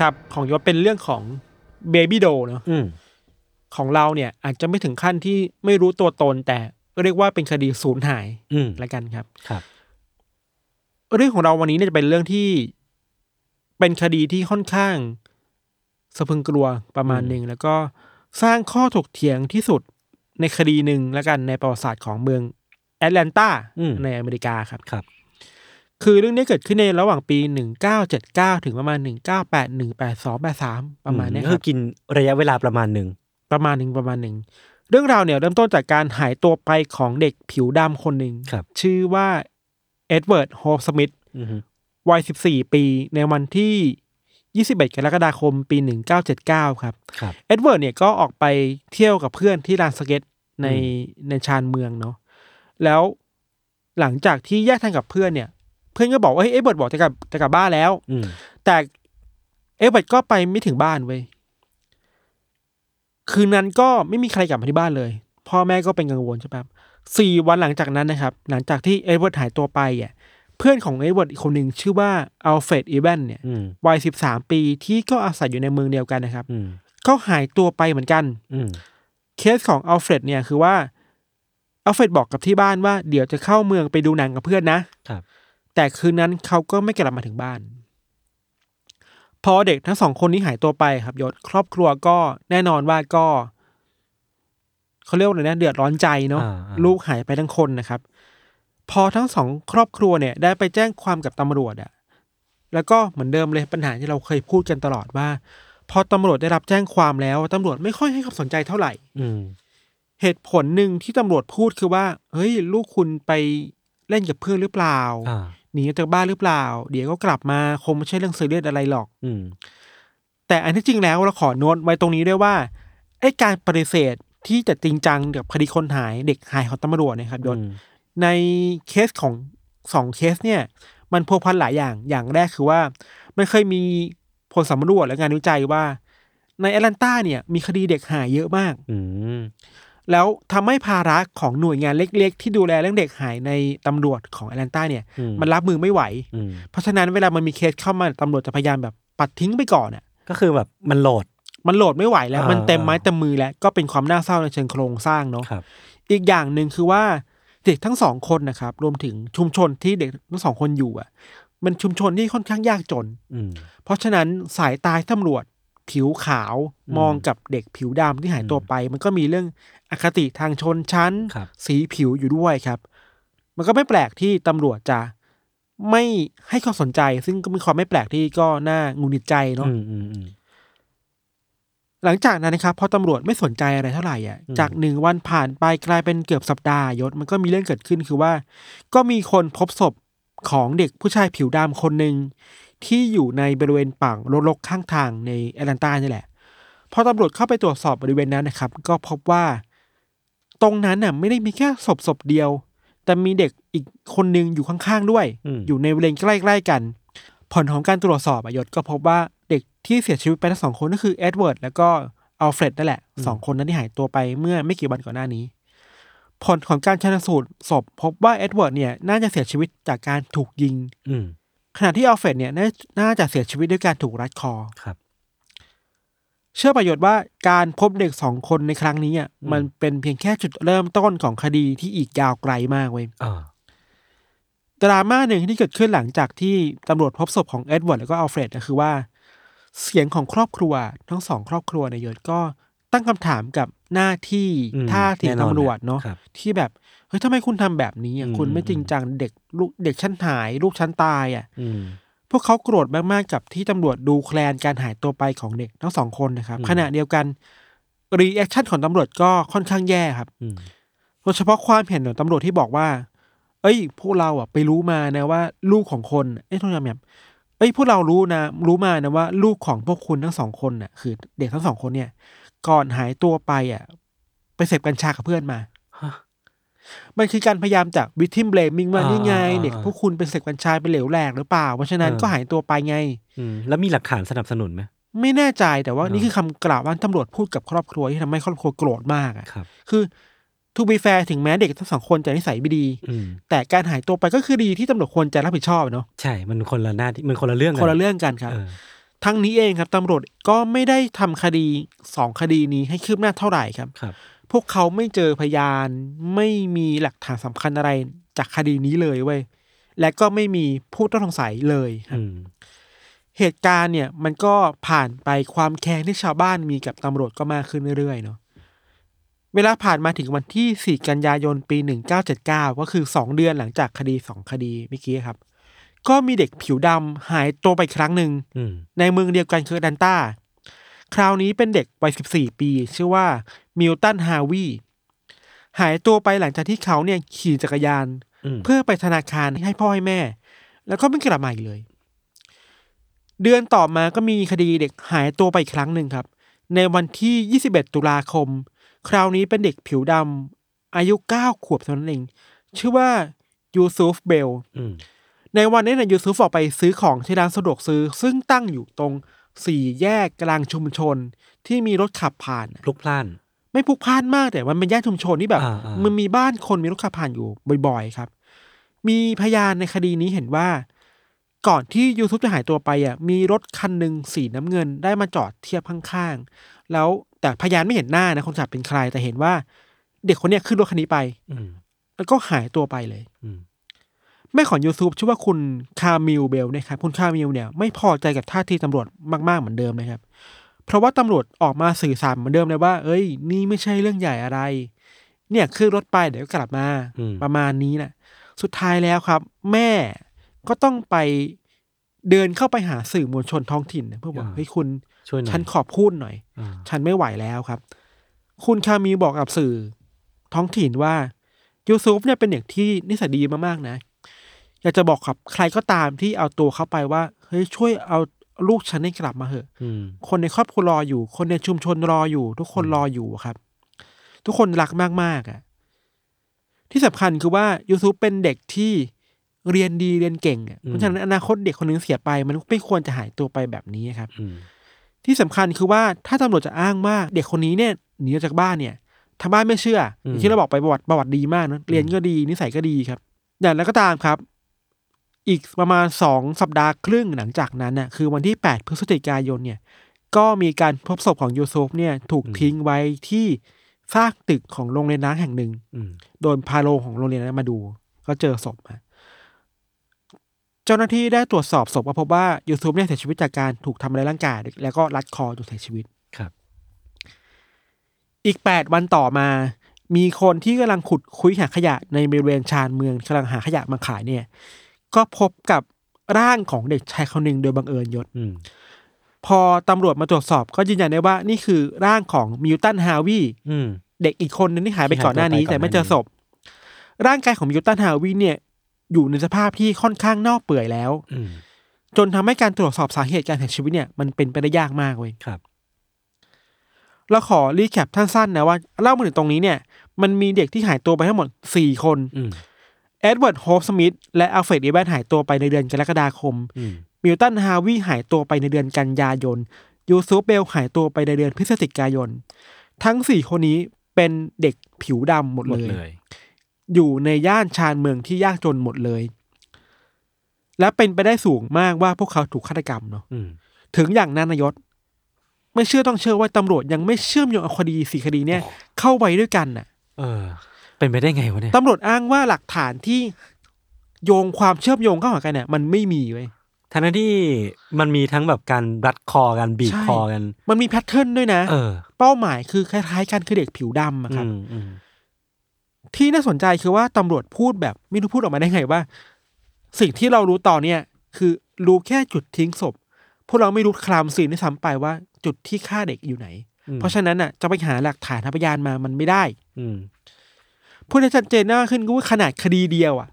[SPEAKER 3] ครับของยศเป็นเรื่องของเบบี้โดเนอะ
[SPEAKER 2] อืม
[SPEAKER 3] ของเราเนี่ยอาจจะไม่ถึงขั้นที่ไม่รู้ตัวตน แต่เรียกว่าเป็นคดีสูญหาย
[SPEAKER 2] อืม
[SPEAKER 3] ละกันครับ
[SPEAKER 2] ครับ
[SPEAKER 3] เรื่องของเราวันนี้เนี่ยจะเป็นเรื่องที่เป็นคดีที่ค่อนข้างสะพรึงกลัวประมาณหนึ่งแล้วก็สร้างข้อถกเถียงที่สุดในคดีหนึ่งแล้วกันในประวัติศาสตร์ของเมืองแอตแลนตา
[SPEAKER 2] อืม
[SPEAKER 3] ในอเมริกาครับ
[SPEAKER 2] ครับ
[SPEAKER 3] คือเรื่องนี้เกิดขึ้นในระหว่างปี 1979 ถึงประมาณ 1981 82 83 ประมาณเนี้ย
[SPEAKER 2] อื
[SPEAKER 3] ค
[SPEAKER 2] คือ
[SPEAKER 3] รั
[SPEAKER 2] บ กินระยะเวลาประมาณหนึ่ง
[SPEAKER 3] ประมาณหนึ่งประมาณหนึ่งเรื่องราวเนี่ยเริ่มต้นจากการหายตัวไปของเด็กผิวดำคนหนึ่ง
[SPEAKER 2] ครับ
[SPEAKER 3] ชื่อว่าเอ็ดเวิร์ดโฮสมิธ
[SPEAKER 2] อืม
[SPEAKER 3] วัย 14 ปี ในวันที่ 21 กรกฎาคม ปี 1979 ครับ
[SPEAKER 2] ครับ
[SPEAKER 3] เอ็ดเวิร์ดเนี่ยก็ออกไปเที่ยวกับเพื่อนที่ลานสเก็ตในในชานเมืองเนาะ แล้วหลังจากที่แยกทางกับเพื่อนเนี่ย เพื่อนก็บอกว่าเฮ้ยเอ็ดเวิร์ดบอกจะกลับจะกลับบ้านแล้ว
[SPEAKER 2] อืม
[SPEAKER 3] แต่เอ็ดเวิร์ดก็ไปไม่ถึงบ้านเว้ย คืนนั้นก็ไม่มีใครกลับมาที่บ้านเลย พ่อแม่ก็เป็นกังวลใช่ปะสี่วันหลังจากนั้นนะครับ หลังจากที่เอ็ดเวิร์ดหายตัวไปอ่ะเพื่อนของเอ็ดเวิร์ดอีกคนหนึ่งชื่อว่าอัลเฟรดอีแวนเนี่ย
[SPEAKER 2] อืม
[SPEAKER 3] วัยสิบสามปีที่ก็อาศัยอยู่ในเมืองเดียวกันนะครับ
[SPEAKER 2] อืม
[SPEAKER 3] ก็หายตัวไปเหมือนกัน
[SPEAKER 2] อืม
[SPEAKER 3] เคสของอัลเฟรดเนี่ยคือว่าอัลเฟรดบอกกับที่บ้านว่าเดี๋ยวจะเข้าเมืองไปดูหนังกับเพื่อนนะ
[SPEAKER 2] ครับ
[SPEAKER 3] แต่คืนนั้นเขาก็ไม่กลับมาถึงบ้าน พอเด็กทั้งสองคนนี้หายตัวไปครับยศครอบครัวก็แน่นอนว่าก็เขาเรียกว่าอะไรนะเดือดร้อนใจเนาะ
[SPEAKER 2] อ่อ่
[SPEAKER 3] ลูกหายไปทั้งคนนะครับ พอทั้งสองครอบครัวเนี่ย ได้ไปแจ้งความกับตำรวจอะแล้วก็เหมือนเดิมเลยปัญหาที่เราเคยพูดกันตลอดว่า พอตำรวจได้รับแจ้งความแล้วตำรวจไม่ค่อยให้ความสนใจเท่าไหร่
[SPEAKER 2] อืม
[SPEAKER 3] เหตุผลหนึ่งที่ตำรวจพูดคือว่า เฮ้ย ลูกคุณไปเล่นกับเพื่อนหรือเปล่า
[SPEAKER 2] อ่า
[SPEAKER 3] หนีออกจากบ้านหรือเปล่า เดี๋ยวก็กลับมาคงไม่ใช่เรื่องซีเรียสอะไรหรอก
[SPEAKER 2] อืม
[SPEAKER 3] แต่อันที่จริงแล้วเราขอโน้ตไว้ตรงนี้ด้วยว่าไอ้การปฏิเสธที่จะจริงจังกับคดีคนหายเด็กหายของตำรวจเนะครับยศ
[SPEAKER 2] อืม
[SPEAKER 3] ในเคสของสองเคสเนี่ย มันพัวพันหลายอย่างอย่างแรกคือว่า มันเคยมีผลสำรวจและงานวิจัยว่า ในแอตแลนตาเนี่ยมีคดีเด็กหายเยอะมาก
[SPEAKER 2] อืม
[SPEAKER 3] แล้วทำให้ภาระของหน่วยงานเล็กๆ ที่ดูแลเรื่องเด็กหายในตำรวจของแอตแลนตาเนี่ย
[SPEAKER 2] อื
[SPEAKER 3] มันรับมือไม่ไหว
[SPEAKER 2] อืม
[SPEAKER 3] เพราะฉะนั้นเวลามันมีเคสเข้ามาตำรวจจะพยายามแบบปัดทิ้งไปก่อนอ่ะ
[SPEAKER 2] ก็คือแบบมันโหลด
[SPEAKER 3] มันโหลดไม่ไหวแล้ว
[SPEAKER 2] อ่ามั
[SPEAKER 3] มันเต็มไม้เต็มมือแล้วก็เป็นความน่าเศร้าในเชิงโครงสร้างเนาะ
[SPEAKER 2] ครับ
[SPEAKER 3] อีกอย่างหนึ่งคือว่าเด็กทั้งสองคนนะครับรวมถึงชุมชนที่เด็กทั้งสองคนอยู่อ่ะ มันชุมชนที่ค่อนข้างยากจน
[SPEAKER 2] อืม
[SPEAKER 3] เพราะฉะนั้นสายตาตำรวจผิวขาว
[SPEAKER 2] อืม
[SPEAKER 3] มองกับเด็กผิวดำที่หายตัวไป มันก็มีเรื่องอคติทางชนชั้น
[SPEAKER 2] ครับ
[SPEAKER 3] สีผิวอยู่ด้วยครับ มันก็ไม่แปลกที่ตำรวจจะไม่ให้ความสนใจ ซึ่งก็มีความไม่แปลกที่ก็น่างูนิดใจเนาะ
[SPEAKER 2] อืมอืมอืม
[SPEAKER 3] หลังจากนั้นนะครับพอตำรวจไม่สนใจอะไรเท่าไหร่อ่ะ
[SPEAKER 2] อืม
[SPEAKER 3] จากหนึ่งวันผ่านไปกลายเป็นเกือบสัปดาห์ยศมันก็มีเรื่องเกิดขึ้นคือว่า ก็มีคนพบศพของเด็กผู้ชายผิวดำคนหนึ่ง ที่อยู่ในบริเวณป่างรกๆข้างทางในแอตแลนตานี่แหละ พอตำรวจเข้าไปตรวจสอบบริเวณนั้นนะครับ ก็พบว่าตรงนั้นน่ะไม่ได้มีแค่ศพศพเดียว แต่มีเด็กอีกคนหนึ่งอยู่ข้างๆด้วย
[SPEAKER 2] อืม
[SPEAKER 3] อยู่ในบริเวณใกล้ๆกัน ผลของการตรวจสอบอะยศก็พบว่าเด็กที่เสียชีวิตไปทั้งสองคนก็คือเอ็ดเวิร์ดแล้วก็อัลเฟรดนั่นแหละสองคนนั้นที่หายตัวไปเมื่อไม่กี่วันก่อนหน้านี้ ผลของการชันสูตรศพพบว่าเอ็ดเวิร์ดเนี่ยน่าจะเสียชีวิตจากการถูกยิง
[SPEAKER 2] อืม
[SPEAKER 3] ขณะที่อัลเฟรดเนี่ยนาน่าจะเสียชีวิตด้วยการถูกรัดคอ
[SPEAKER 2] ครับ
[SPEAKER 3] เชื่อประโยชน์ว่าการพบเด็กสองคนในครั้งนี้อ่ะ
[SPEAKER 2] อืม
[SPEAKER 3] มันเป็นเพียงแค่จุดเริ่มต้นของคดีที่อีกยาวไกลมากเว้ย
[SPEAKER 2] อ่า
[SPEAKER 3] ดราม่าหนึ่งที่เกิดขึ้นหลังจากที่ตำรวจพบศพของเอ็ดเวิร์ดแล้วก็อัลเฟรดก็คือว่า เสียงของครอบครัวทั้งสองครอบครัวในยยศก็ตั้งคำถามกับหน้าที่
[SPEAKER 2] อืม
[SPEAKER 3] ท่าที
[SPEAKER 2] แน่นอน
[SPEAKER 3] ตำรวจเนาะ
[SPEAKER 2] ครับ
[SPEAKER 3] ที่แบบเฮ้ยทำไมคุณทำแบบนี้อ่ะ
[SPEAKER 2] อืม
[SPEAKER 3] คุณไม่จริงจังเด็กลูกเด็กชั้นหายลูกชั้นตายอ่ะ
[SPEAKER 2] อืม
[SPEAKER 3] พวกเขาโกรธมาก ๆ กับที่ตำรวจดูแคลนการหายตัวไปของเด็กทั้งสองคนนะครับ
[SPEAKER 2] อืม
[SPEAKER 3] ขณะเดียวกัน รีแอคชั่นของตำรวจก็ค่อนข้างแย่ครับ
[SPEAKER 2] อืม
[SPEAKER 3] โดยเฉพาะความเห็นของตำรวจที่บอกว่า เอ้ย พวกเราอ่ะไปรู้มานะว่า ลูกของคนเอ้ยโทษนะแมมเอ้ยพวกเรารู้นะ รู้มานะว่า ลูกของพวกคุณทั้งสองคนน่ะ คือเด็กทั้งสองคนเนี่ย ก่อนหายตัวไปอ่ะ ไปเสพกัญชากับเพื่อนมา มันคือการพยายามจากวิทิมเบลมิงว่า
[SPEAKER 2] อ่า
[SPEAKER 3] นี่ไง
[SPEAKER 2] อ่าอ่า
[SPEAKER 3] เด็กพวกคุณเป็นเสพกัญชาไปเหลวแหลกหรือเปล่า เพราะฉะนั้น
[SPEAKER 2] เออ
[SPEAKER 3] ก็หายตัวไปไง
[SPEAKER 2] อืมแล้วมีหลักฐานสนับสนุนไหม
[SPEAKER 3] ไม่แน่ใจแต่ว่า
[SPEAKER 2] เออ
[SPEAKER 3] นี่คือคำกล่าวว่างตำรวจพูดกับครอบครัวที่ทำให้ครอบครัวโกรธมากอ่ะ
[SPEAKER 2] ครับ
[SPEAKER 3] คือทูบีแฟร์ถึงแม้เด็กทั้งสองคนจะนิสัยไม่ดี
[SPEAKER 2] อืม
[SPEAKER 3] แต่การหายตัวไปก็คือดีที่ตำรวจควรจะรับผิดชอบเนาะ
[SPEAKER 2] ใช่ มันคนละหน้าที่มันคนละเรื่องกั
[SPEAKER 3] คนละเรื่องกันครับ
[SPEAKER 2] เออ
[SPEAKER 3] ทั้งนี้เองครับตำรวจก็ไม่ได้ทำคดีสองคดีนี้ให้คืบหน้าเท่าไหร่ครับ
[SPEAKER 2] ครับ
[SPEAKER 3] พวกเขาไม่เจอพยานไม่มีหลักฐานสำคัญอะไรจากคดีนี้เลยเว้ยและก็ไม่มีผู้ต้องสงสัยเลยครับ
[SPEAKER 2] อืม
[SPEAKER 3] เหตุการณ์เนี่ยมันก็ผ่านไปความแค้นที่ชาวบ้านมีกับตำรวจก็มากขึ้นเรื่อยๆเนาะเวลาผ่านมาถึงวันที่ 4 กันยายนปี 1979 ก็คือ 2 เดือนหลังจากคดี 2 คดีเมื่อกี้ครับ ก็มีเด็กผิวดำหายตัวไปครั้งหนึ่ง
[SPEAKER 2] อืม
[SPEAKER 3] ในเมืองเดียวกันคืออแดันตาคราวนี้เป็นเด็กวัย 14 ปี ชื่อว่ามิลตันฮาวีหายตัวไปหลังจากที่เขาเนี่ยขี่จักรยาน
[SPEAKER 2] อืม
[SPEAKER 3] เพื่อไปธนาคารให้พ่อให้แม่ แล้วก็ไม่กลับมาอีกเลย เดือนต่อมาก็มีคดีเด็กหายตัวไปอีกครั้งหนึ่งครับ ในวันที่ 21 ตุลาคม คราวนี้เป็นเด็กผิวดำอายุ 9 ขวบเท่านั้นเอง ชื่อว่ายูซุฟเบล
[SPEAKER 2] อืม
[SPEAKER 3] ในวันนี้นายยูซุฟออกไปซื้อของที่ร้านสะดวกซื้อ ซึ่งตั้งอยู่ตรงสี่แยกกลางชุมชนที่มีรถขับผ่าน
[SPEAKER 2] พลุกพล่าน
[SPEAKER 3] ไม่พลุกพล่านมากแต่มันเป็นย่านชุมชนที่แบบ
[SPEAKER 2] อ่าอ่ามั
[SPEAKER 3] มันมีบ้านคนมีรถขับผ่านอยู่บ่อยๆครับ มีพยานในคดีนี้เห็นว่า ก่อนที่ยูทูบจะหายตัวไปอ่ะมีรถคันหนึ่งสีน้ำเงินได้มาจอดเทียบข้างๆ แล้วแต่พยานไม่เห็นหน้านะคนขับเป็นใครแต่เห็นว่า เด็กคนเนี้ยขึ้นรถคันนี้ไป
[SPEAKER 2] อืม
[SPEAKER 3] แล้วก็หายตัวไปเลย
[SPEAKER 2] อืม
[SPEAKER 3] แม่ของยูทูบชื่อว่าคุณคามิลเบลนะครับคุณคามิลเนี่ยไม่พอใจกับท่าทีตำรวจมาก ๆ เหมือนเดิมนะครับ เพราะว่าตำรวจออกมาสื่อสารเหมือนเดิมเลยว่า เอ้ย นี่ไม่ใช่เรื่องใหญ่อะไร เนี่ยขึ้นรถไปเดี๋ยวกลับมา
[SPEAKER 2] อืม
[SPEAKER 3] ประมาณนี้นะสุดท้ายแล้วครับ แม่ก็ต้องไปเดินเข้าไปหาสื่อมวลชนท้องถิ่นนะเพื่อบอกเฮ้ยคุณ
[SPEAKER 2] ช่วยหน่อย
[SPEAKER 3] ฉันขอพูดหน่อย
[SPEAKER 2] อ่า
[SPEAKER 3] ฉันไม่ไหวแล้วครับ คุณคามีบอกกับสื่อท้องถิ่นว่า ยูซุฟเนี่ยเป็นเด็กที่นิสัยดีมากๆนะ อยากจะบอกกับใครก็ตามที่เอาตัวเข้าไปว่า เฮ้ยช่วยเอาลูกฉันให้กลับมาเถอะ
[SPEAKER 2] อืม
[SPEAKER 3] คนในครอบครัวรออยู่ คนในชุมชนรออยู่ ทุกคนรออยู่ครับ ทุกคนรักมากๆอ่ะ ที่สำคัญคือว่ายูซุปเป็นเด็กที่เรียนดีเรียนเก่งอะ
[SPEAKER 2] อืม
[SPEAKER 3] เพราะฉะนั้นอนาคตเด็กคนหนึงเสียไป มันไม่ควรจะหายตัวไปแบบนี้ครับ
[SPEAKER 2] อืม
[SPEAKER 3] ที่สำคัญคือว่าถ้าตำรวจจะอ้างว่าเด็กคนนี้เนี่ยหนีออกจากบ้านเนี่ยทางบ้านไม่เชื่อ
[SPEAKER 2] ม
[SPEAKER 3] ออย่างที่เราบอกไปประวัติประวัติดีมากนะเรียนก็ดีนิสัยก็ดีครับอย่างไรก็ตามครับ อีกประมาณสองสัปดาห์ครึ่งหลังจากนั้นน่ะคือวันที่ 8 พฤศจิกายนเนี่ย ก็มีการพบศพของยูซุฟเนี่ยถูกทิ้งไว้ที่ซากตึกของโรงเรียนร้างแห่งหนึ่ง
[SPEAKER 2] อืม
[SPEAKER 3] โดนพาโรงของโรงเรียนนั้นมาดู ก็เจอศพฮะเจ้าหน้าที่ได้ตรวจสอบศพก็พบว่ายูทูบเนี่ยเสียชีวิตจากการถูกทำร้ายร่างกาย แล้วก็รัดคอจนเสียชีวิต
[SPEAKER 2] ครับ
[SPEAKER 3] อีก 8 วันต่อมา มีคนที่กำลังขุดคุยหาขยะในบริเวณชานเมืองกำลังหาขยะมาขายเนี่ย ก็พบกับร่างของเด็กชายคนหนึ่งโดยบังเอิญยศ
[SPEAKER 2] อืม
[SPEAKER 3] พอตำรวจมาตรวจสอบก็ยืนยันได้ว่านี่คือร่างของมิวตันฮาวี
[SPEAKER 2] อืม
[SPEAKER 3] เด็กอีกคนนึงที่หายไป
[SPEAKER 2] ที่หาย
[SPEAKER 3] ก่อนหน้านี้
[SPEAKER 2] ตัวไปก่อน
[SPEAKER 3] แต่ไม่เจอ
[SPEAKER 2] หน้านี้
[SPEAKER 3] ศพ ร่างกายของมิวตันฮาวิเนี่ย อยู่ในสภาพที่ค่อนข้างเน่าเปื่อยแล้ว
[SPEAKER 2] อืม
[SPEAKER 3] จนทำให้การตรวจสอบสาเหตุการเสียชีวิตเนี่ยมันเป็นไปได้ยากมากเว้ย
[SPEAKER 2] ครับ
[SPEAKER 3] เราขอรีแคปสั้นๆนะว่าเล่ามาถึงตรงนี้เนี่ย มันมีเด็กที่หายตัวไปทั้งหมด 4 คน
[SPEAKER 2] อืม
[SPEAKER 3] เอ็ดเวิร์ดโฮปสมิธและอัลเฟรดอีแวนหายตัวไปในเดือนกรกฎาคม
[SPEAKER 2] อืม
[SPEAKER 3] มิลตันฮาวิหายตัวไปในเดือนกันยายน ยูซุฟเบลหายตัวไปในเดือนพฤศจิกายน ทั้งสี่คนนี้เป็นเด็กผิวดำหมด
[SPEAKER 2] หม
[SPEAKER 3] เล
[SPEAKER 2] ด
[SPEAKER 3] ย
[SPEAKER 2] เลย
[SPEAKER 3] อยู่ในย่านชานเมืองที่ยากจนหมดเลย และเป็นไปได้สูงมากว่าพวกเขาถูกฆาตกรรมเนาะ
[SPEAKER 2] อืม
[SPEAKER 3] ถึงอย่างนั้นนายศ ไม่เชื่อต้องเชื่อว่าตำรวจยังไม่เชื่อมโยงเอาคดีสี่คดีเนี่ย เข้าไปด้วยกันน่ะ
[SPEAKER 2] เออ เป็นไปได้ไงวะเนี่ย
[SPEAKER 3] ตำรวจอ้างว่าหลักฐานที่โยงความเชื่อมโยงเข้าหากันเนี่ยมันไม่มีเว้ย
[SPEAKER 2] ทั้งๆที่มันมีทั้งแบบการรัดคอกันบีบ
[SPEAKER 3] ใช่
[SPEAKER 2] คอกัน
[SPEAKER 3] มันมีแพทเทิร์นด้วยนะ
[SPEAKER 2] เออ
[SPEAKER 3] เป้าหมายคือคล้ายๆกันคือเด็กผิวดำอะค
[SPEAKER 2] อื
[SPEAKER 3] รับ
[SPEAKER 2] ม อืม
[SPEAKER 3] ที่น่าสนใจคือว่าตำรวจพูดแบบไม่รู้พูดออกมาได้ไงว่า สิ่งที่เรารู้ตอนเนี้ยคือรู้แค่จุดทิ้งศพ พวกเราไม่รู้คลามซีนที่ซ้ำไปว่าจุดที่ฆ่าเด็กอยู่ไหน
[SPEAKER 2] อืม
[SPEAKER 3] เพราะฉะนั้นอ่ะจะไปหาหลักฐานหาพยานมามันไม่ได้
[SPEAKER 2] อืม
[SPEAKER 3] พูดให้ชัดเจนมากขึ้นก็ว่าขนาดคดีเดียวอ่ะ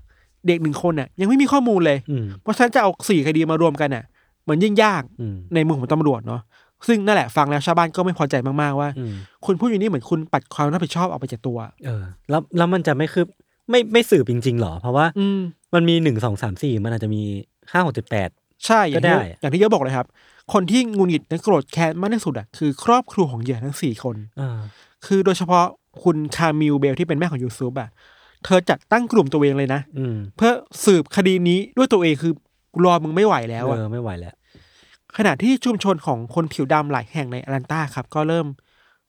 [SPEAKER 3] เด็กหนึ่งคนอ่ะ ยังไม่มีข้อมูลเลย
[SPEAKER 2] อืม
[SPEAKER 3] เพราะฉะนั้นจะเอาสี่คดีมารวมกันอ่ะเหมือนยิ่งยาก
[SPEAKER 2] อืม
[SPEAKER 3] ในมุมของตำรวจเนาะซึ่งนั่นแหละฟังแล้วชาวบ้านก็ไม่พอใจมากๆว่า
[SPEAKER 2] อืม
[SPEAKER 3] คุณพูดอย่างนี้เหมือนคุณปัดความรับผิดชอบออกไปจากตัว
[SPEAKER 2] เออ แล้วแล้วมันจะไม่คืบไม่ไม่สืบจริง ๆ หรอ เพราะว่า
[SPEAKER 3] อืม
[SPEAKER 2] มันมีหนึ่งสองสามสี่มันอาจจะมีห้าหกเจ็ดแปด
[SPEAKER 3] ใช่อย่างที่
[SPEAKER 2] ก็ได้
[SPEAKER 3] อย่างที่เยอะบอกเลยครับ คนที่งุนหงิดและโกรธแค้นมากที่สุดอ่ะคือครอบครัวของเหยื่อทั้งสี่คน
[SPEAKER 2] อ่า
[SPEAKER 3] คือโดยเฉพาะคุณคามิลเบลที่เป็นแม่ของยูซูปอ่ะเธอจัดตั้งกลุ่มตัวเองเลยนะ
[SPEAKER 2] อืม
[SPEAKER 3] เพื่อสืบคดีนี้ด้วยตัวเองคือรอมึงไม่ไหวแล้ว
[SPEAKER 2] เอ
[SPEAKER 3] อ่ะ
[SPEAKER 2] อไม่ไหวแล้ว
[SPEAKER 3] ขณะที่ชุมชนของคนผิวดำหลายแห่งในอแลนตาครับ ก็เริ่ม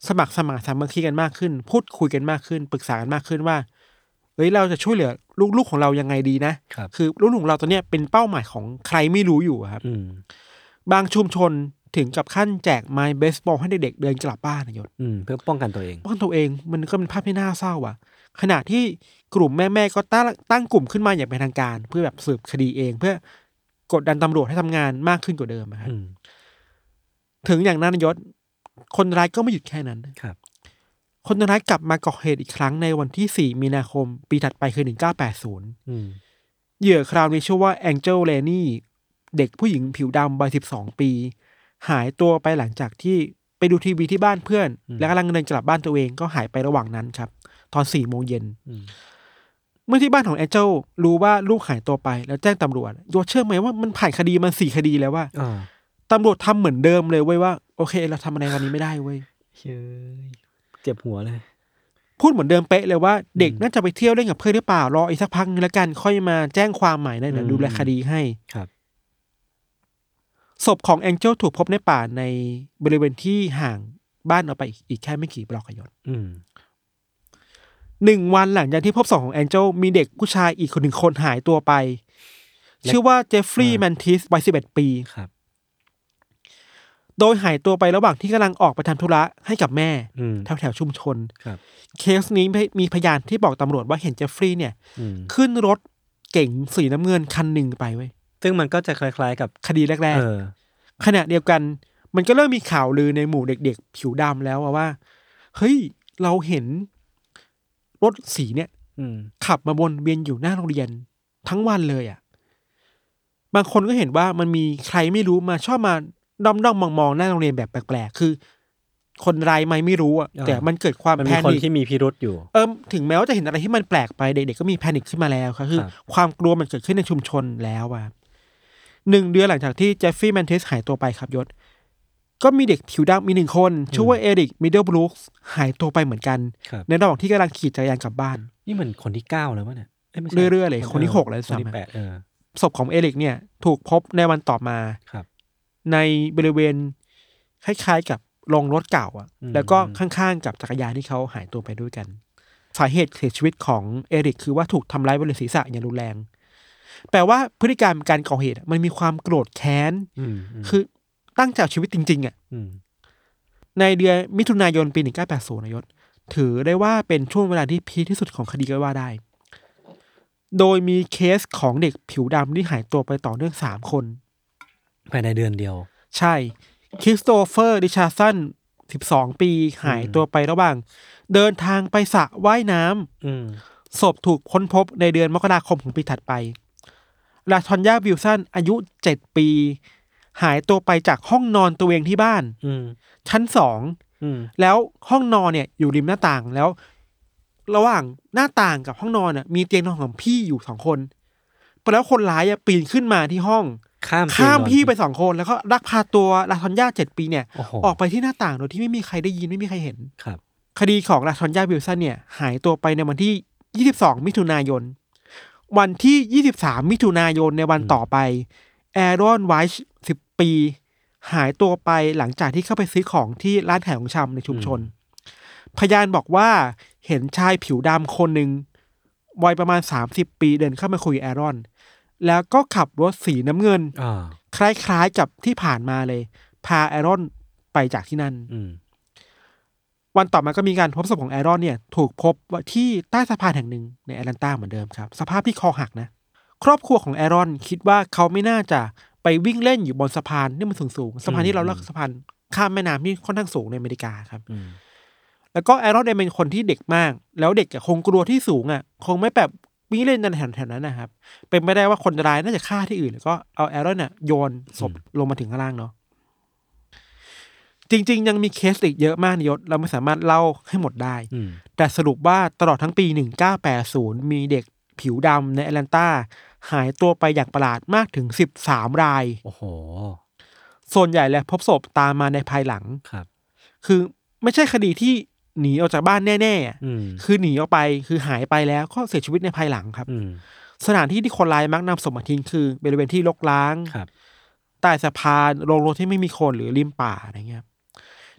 [SPEAKER 3] สมัครสมานสามัคคีกันมากขึ้น พูดคุยกันมากขึ้น ปรึกษากันมากขึ้นว่าเฮ้ยเราจะช่วยเหลือลูกๆของเรายังไงดีนะครับ อลูกๆของเราตอนเนี้ยเป็นเป้าหมายของใครไม่รู้อยู่อะครับ
[SPEAKER 2] อืม
[SPEAKER 3] บางชุมชนถึงกับขั้นแจกไม้เบสบอลให้เด็กๆเดินกลับบ้านนะยศ
[SPEAKER 2] อืม เพื่อป้องกันตัวเอง
[SPEAKER 3] ป้องกันตัวเองมันก็เป็นภาพที่น่าเศร้าอ่ะ ขณะที่กลุ่มแม่ๆก็ตั้งตั้งกลุ่มขึ้นมาอย่างเป็นทางการ เพื่อแบบสืบคดีเอง เพื่อกดดันตำรวจให้ทำงานมากขึ้นกว่าเดิมอะครับ
[SPEAKER 2] อืม
[SPEAKER 3] ถึงอย่างนั้นยศ คนร้ายก็ไม่หยุดแค่นั้น
[SPEAKER 2] ครับ
[SPEAKER 3] คนร้ายกลับมาก่อเหตุอีกครั้งในวันที่ 4 มีนาคม ปีถัดไปคือ 1980
[SPEAKER 2] อืม
[SPEAKER 3] เหยื่อคราวนี้ชื่อว่าแองเจลเลนี่ เด็กผู้หญิงผิวดำวัย 12 ปี หายตัวไปหลังจากที่ไปดูทีวีที่บ้านเพื่อน
[SPEAKER 2] อืม
[SPEAKER 3] และกำลังเดินกลับบ้านตัวเองก็หายไประหว่างนั้นครับ ตอน 4 โมงเย็น
[SPEAKER 2] อืม
[SPEAKER 3] เมื่อที่บ้านของแองเจลรู้ว่าลูกหายตัวไป แล้วแจ้งตำรวจยศเชื่อไหมว่ามันผ่านคดีมันสี่คดีแล้วว่า
[SPEAKER 2] อ่า
[SPEAKER 3] ตำรวจทำเหมือนเดิมเลยเว้ยว่าโอเค เราทำอะไรวันนี้ไม่ได้เว้ย
[SPEAKER 2] เชยเจ็บหัวเลย
[SPEAKER 3] พูดเหมือนเดิมเป๊ะเลยว่าเด็กน่าจะไปเที่ยวเล่นกับเพื่อนหรือเปล่ารออีกสักพักนึงแล้วกันค่อยมาแจ้งความใหม่นะเดี๋ยว
[SPEAKER 2] อืม
[SPEAKER 3] ดูแลคดีให้
[SPEAKER 2] ครับ
[SPEAKER 3] ศพของแองเจลถูกพบในป่าในบริเวณที่ห่างบ้านออกไปอีกแค่ไม่กี่บล็อกอะยศ
[SPEAKER 2] อืม
[SPEAKER 3] หนึ่งวันหลังจากที่พบศพของแองเจลมีเด็กผู้ชายอีกคนหนึ่งคนหายตัวไป
[SPEAKER 2] และ
[SPEAKER 3] ชื่อว่าเจฟฟรี
[SPEAKER 2] อ่า
[SPEAKER 3] ย์แมนทิสวัยสิบเอ็ดปี
[SPEAKER 2] ครับ
[SPEAKER 3] โดยหายตัวไประหว่างที่กำลังออกไปทำธุระให้กับแม่
[SPEAKER 2] อืม
[SPEAKER 3] แถวแถวๆชุมชน
[SPEAKER 2] ครับ
[SPEAKER 3] เคสนี้มีพยานที่บอกตำรวจว่าเห็นเจฟฟรีย์เนี่ย
[SPEAKER 2] อืม
[SPEAKER 3] ขึ้นรถเก๋งสีน้ำเงินคันหนึ่งไปเว้ย
[SPEAKER 2] ซึ่งมันก็จะคล้าย ๆ กับ
[SPEAKER 3] คดีแรก
[SPEAKER 2] เออ
[SPEAKER 3] ๆขณะเดียวกัน มันก็เริ่มมีข่าวลือในหมู่เด็กๆ ผิวดำแล้วอะว่า เฮ้ย เราเห็นรถสีเนี่ย
[SPEAKER 2] อืม
[SPEAKER 3] ขับมาวนเวียนอยู่หน้าโรงเรียนทั้งวันเลยอะบางคนก็เห็นว่ามันมีใครไม่รู้มาชอบมาด้อมๆมองๆหน้าโรงเรียนแบบแปลกๆ คือ คนร้ายไหมไม่รู้อะ
[SPEAKER 2] อ่า
[SPEAKER 3] แต่มันเกิดความ
[SPEAKER 2] มัน
[SPEAKER 3] แพ
[SPEAKER 2] มีคน
[SPEAKER 3] นิค
[SPEAKER 2] ที่มีพิรุษอยู่
[SPEAKER 3] เออถึงแม้ว่าจะเห็นอะไรที่มันแปลกไปเด็กๆก็มีแพนิคขึ้นมาแล้วครับคือ
[SPEAKER 2] ครับ
[SPEAKER 3] ความกลัวมันเกิดขึ้นในชุมชนแล้วอ่ะหนึ่งเดือนหลังจากที่เจฟฟี่แมนเทสหายตัวไปครับยศ ก็มีเด็กผิวดำมีหนึ่งคน ชื่อว่าเอริกมิดเดิลบรูคหายตัวไปเหมือนกัน
[SPEAKER 2] ครับ
[SPEAKER 3] ในระหว่างที่กำลังขี่จักรยานกลับบ้าน
[SPEAKER 2] นี่มันคนที่เก้าแล้วมั้งเนี่ยยไม่ใช่
[SPEAKER 3] เรื่อยๆเลยคนที่หกแล้ว
[SPEAKER 2] คนที่
[SPEAKER 3] ซ้ำอะ
[SPEAKER 2] แปดเออ
[SPEAKER 3] ศพของเอริกเนี่ย ถูกพบในวันต่อมา
[SPEAKER 2] ครับ
[SPEAKER 3] ในบริเวณคล้ายๆกับโรงรถเก่าอะ
[SPEAKER 2] อืม
[SPEAKER 3] แล้วก็ข้างๆกับจักรยานที่เขาหายตัวไปด้วยกัน สาเหตุเสียชีวิตของเอริกคือว่าถูกทำร้ายบริเวณศีรษะอย่างรุนแรง แปลว่าพฤติกรรมการก่อเหตุอะมันมีความโกรธแค้น
[SPEAKER 2] อืม
[SPEAKER 3] คือ ตั้งใจเอาชีวิตจริง ๆอะ
[SPEAKER 2] อืม
[SPEAKER 3] ในเดือนมิถุนายนปี 1980นายศ ถือได้ว่าเป็นช่วงเวลาที่พีคที่สุดของคดีก็ว่าได้ โดยมีเคสของเด็กผิวดำที่หายตัวไปต่อเนื่องสามคน
[SPEAKER 2] ภายในเดือนเดียว
[SPEAKER 3] ใช่ คริสโตเฟอร์ ดิชาร์สัน 12 ปีหายตัวไประหว่าง เดินทางไปสระว่ายน้
[SPEAKER 2] อืม
[SPEAKER 3] ำศพถูกค้นพบในเดือนมกราคมของปีถัดไป ลาทอนยาวิลสัน อายุ 7 ปี หายตัวไปจากห้องนอนตัวเองที่บ้าน
[SPEAKER 2] อืม
[SPEAKER 3] ชั้นสอง
[SPEAKER 2] อืม
[SPEAKER 3] แล้วห้องนอนเนี่ยอยู่ริมหน้าต่างแล้ว ระหว่างหน้าต่างกับห้องนอนน่ะมีเตียงนอนของพี่อยู่สองคนแล้วคนร้ายอะปีนขึ้นมาที่ห้อง
[SPEAKER 2] ข้าม
[SPEAKER 3] ข้าม
[SPEAKER 2] เตียงนอน
[SPEAKER 3] พี่ไปสองคนแล้วก็ลักพาตัวลาทอนยาเจ็ดปีเนี่ย
[SPEAKER 2] โอ้โห
[SPEAKER 3] ออกไปที่หน้าต่างโดยที่ไม่มีใครได้ยินไม่มีใครเห็น
[SPEAKER 2] ครับ
[SPEAKER 3] คดีของลาทอนยาวิลสันเนี่ย หายตัวไปในวันที่ 22 มิถุนายน วันที่ 23 มิถุนายนในวันต่อไปแอรอนไวช์10 ปี หายตัวไปหลังจากที่เข้าไปซื้อของที่ร้านขายของชำในชุมชน พยานบอกว่าเห็นชายผิวดำคนหนึ่งวัยประมาณ 30 ปีเดินเข้ามาคุยกับแอรอน แล้วก็ขับรถสีน้ำเงิน
[SPEAKER 2] อ่า
[SPEAKER 3] คล้ายๆกับที่ผ่านมาเลย พาแอรอนไปจากที่นั่น
[SPEAKER 2] อืม
[SPEAKER 3] วันต่อมาก็มีการพบศพของแอรอนเนี่ย ถูกพบว่าที่ใต้สะพานแห่งหนึ่งในแอตแลนตาเหมือนเดิมครับ สภาพที่คอหักนะ ครอบครัวของแอรอนคิดว่าเขาไม่น่าจะไปวิ่งเล่นอยู่บนสะพานที่มันสูงๆสะพานที่เราเรียกสะพาน ข้ามแม่น้ำที่ค่อนข้างสูงในอเมริกาครับ
[SPEAKER 2] อืม
[SPEAKER 3] แล้วก็แอรอนเองเป็นคนที่เด็กมาก แล้วเด็กอะคงกลัวที่สูงอ่ะ คงไม่แบบวิ่งเล่นในแถวๆนั้นนะครับ เป็นไม่ได้ว่าคนร้ายน่าจะฆ่าที่อื่น แล้วก็เอาแอรอนอ่ะโยนศพลงมาถึงข้างล่างเนาะ จริง ๆ ยังมีเคสอีกเยอะมากนะยศ เราไม่สามารถเล่าให้หมดได้
[SPEAKER 2] อืม
[SPEAKER 3] แต่สรุปว่าตลอดทั้งปี 1980 มีเด็กผิวดำในแอตแลนตาหายตัวไปอย่างประหลาดมากถึง 13 ราย
[SPEAKER 2] โอ้โห
[SPEAKER 3] ส่วนใหญ่แล้วพบศพตามมาในภายหลัง
[SPEAKER 2] ครับ
[SPEAKER 3] คือไม่ใช่คดีที่หนีออกจากบ้านแน่ๆอะ
[SPEAKER 2] อืม
[SPEAKER 3] คือหนีออกไปคือหายไปแล้วก็เสียชีวิตในภายหลังครับ
[SPEAKER 2] อืม
[SPEAKER 3] สถานที่ที่คนร้ายมักนำศพมาทิ้งคือบริเวณที่รกร้าง
[SPEAKER 2] ครับ
[SPEAKER 3] ใต้สะพานโรงรถที่ไม่มีคนหรือริมป่าอะไรเงี้ยครับ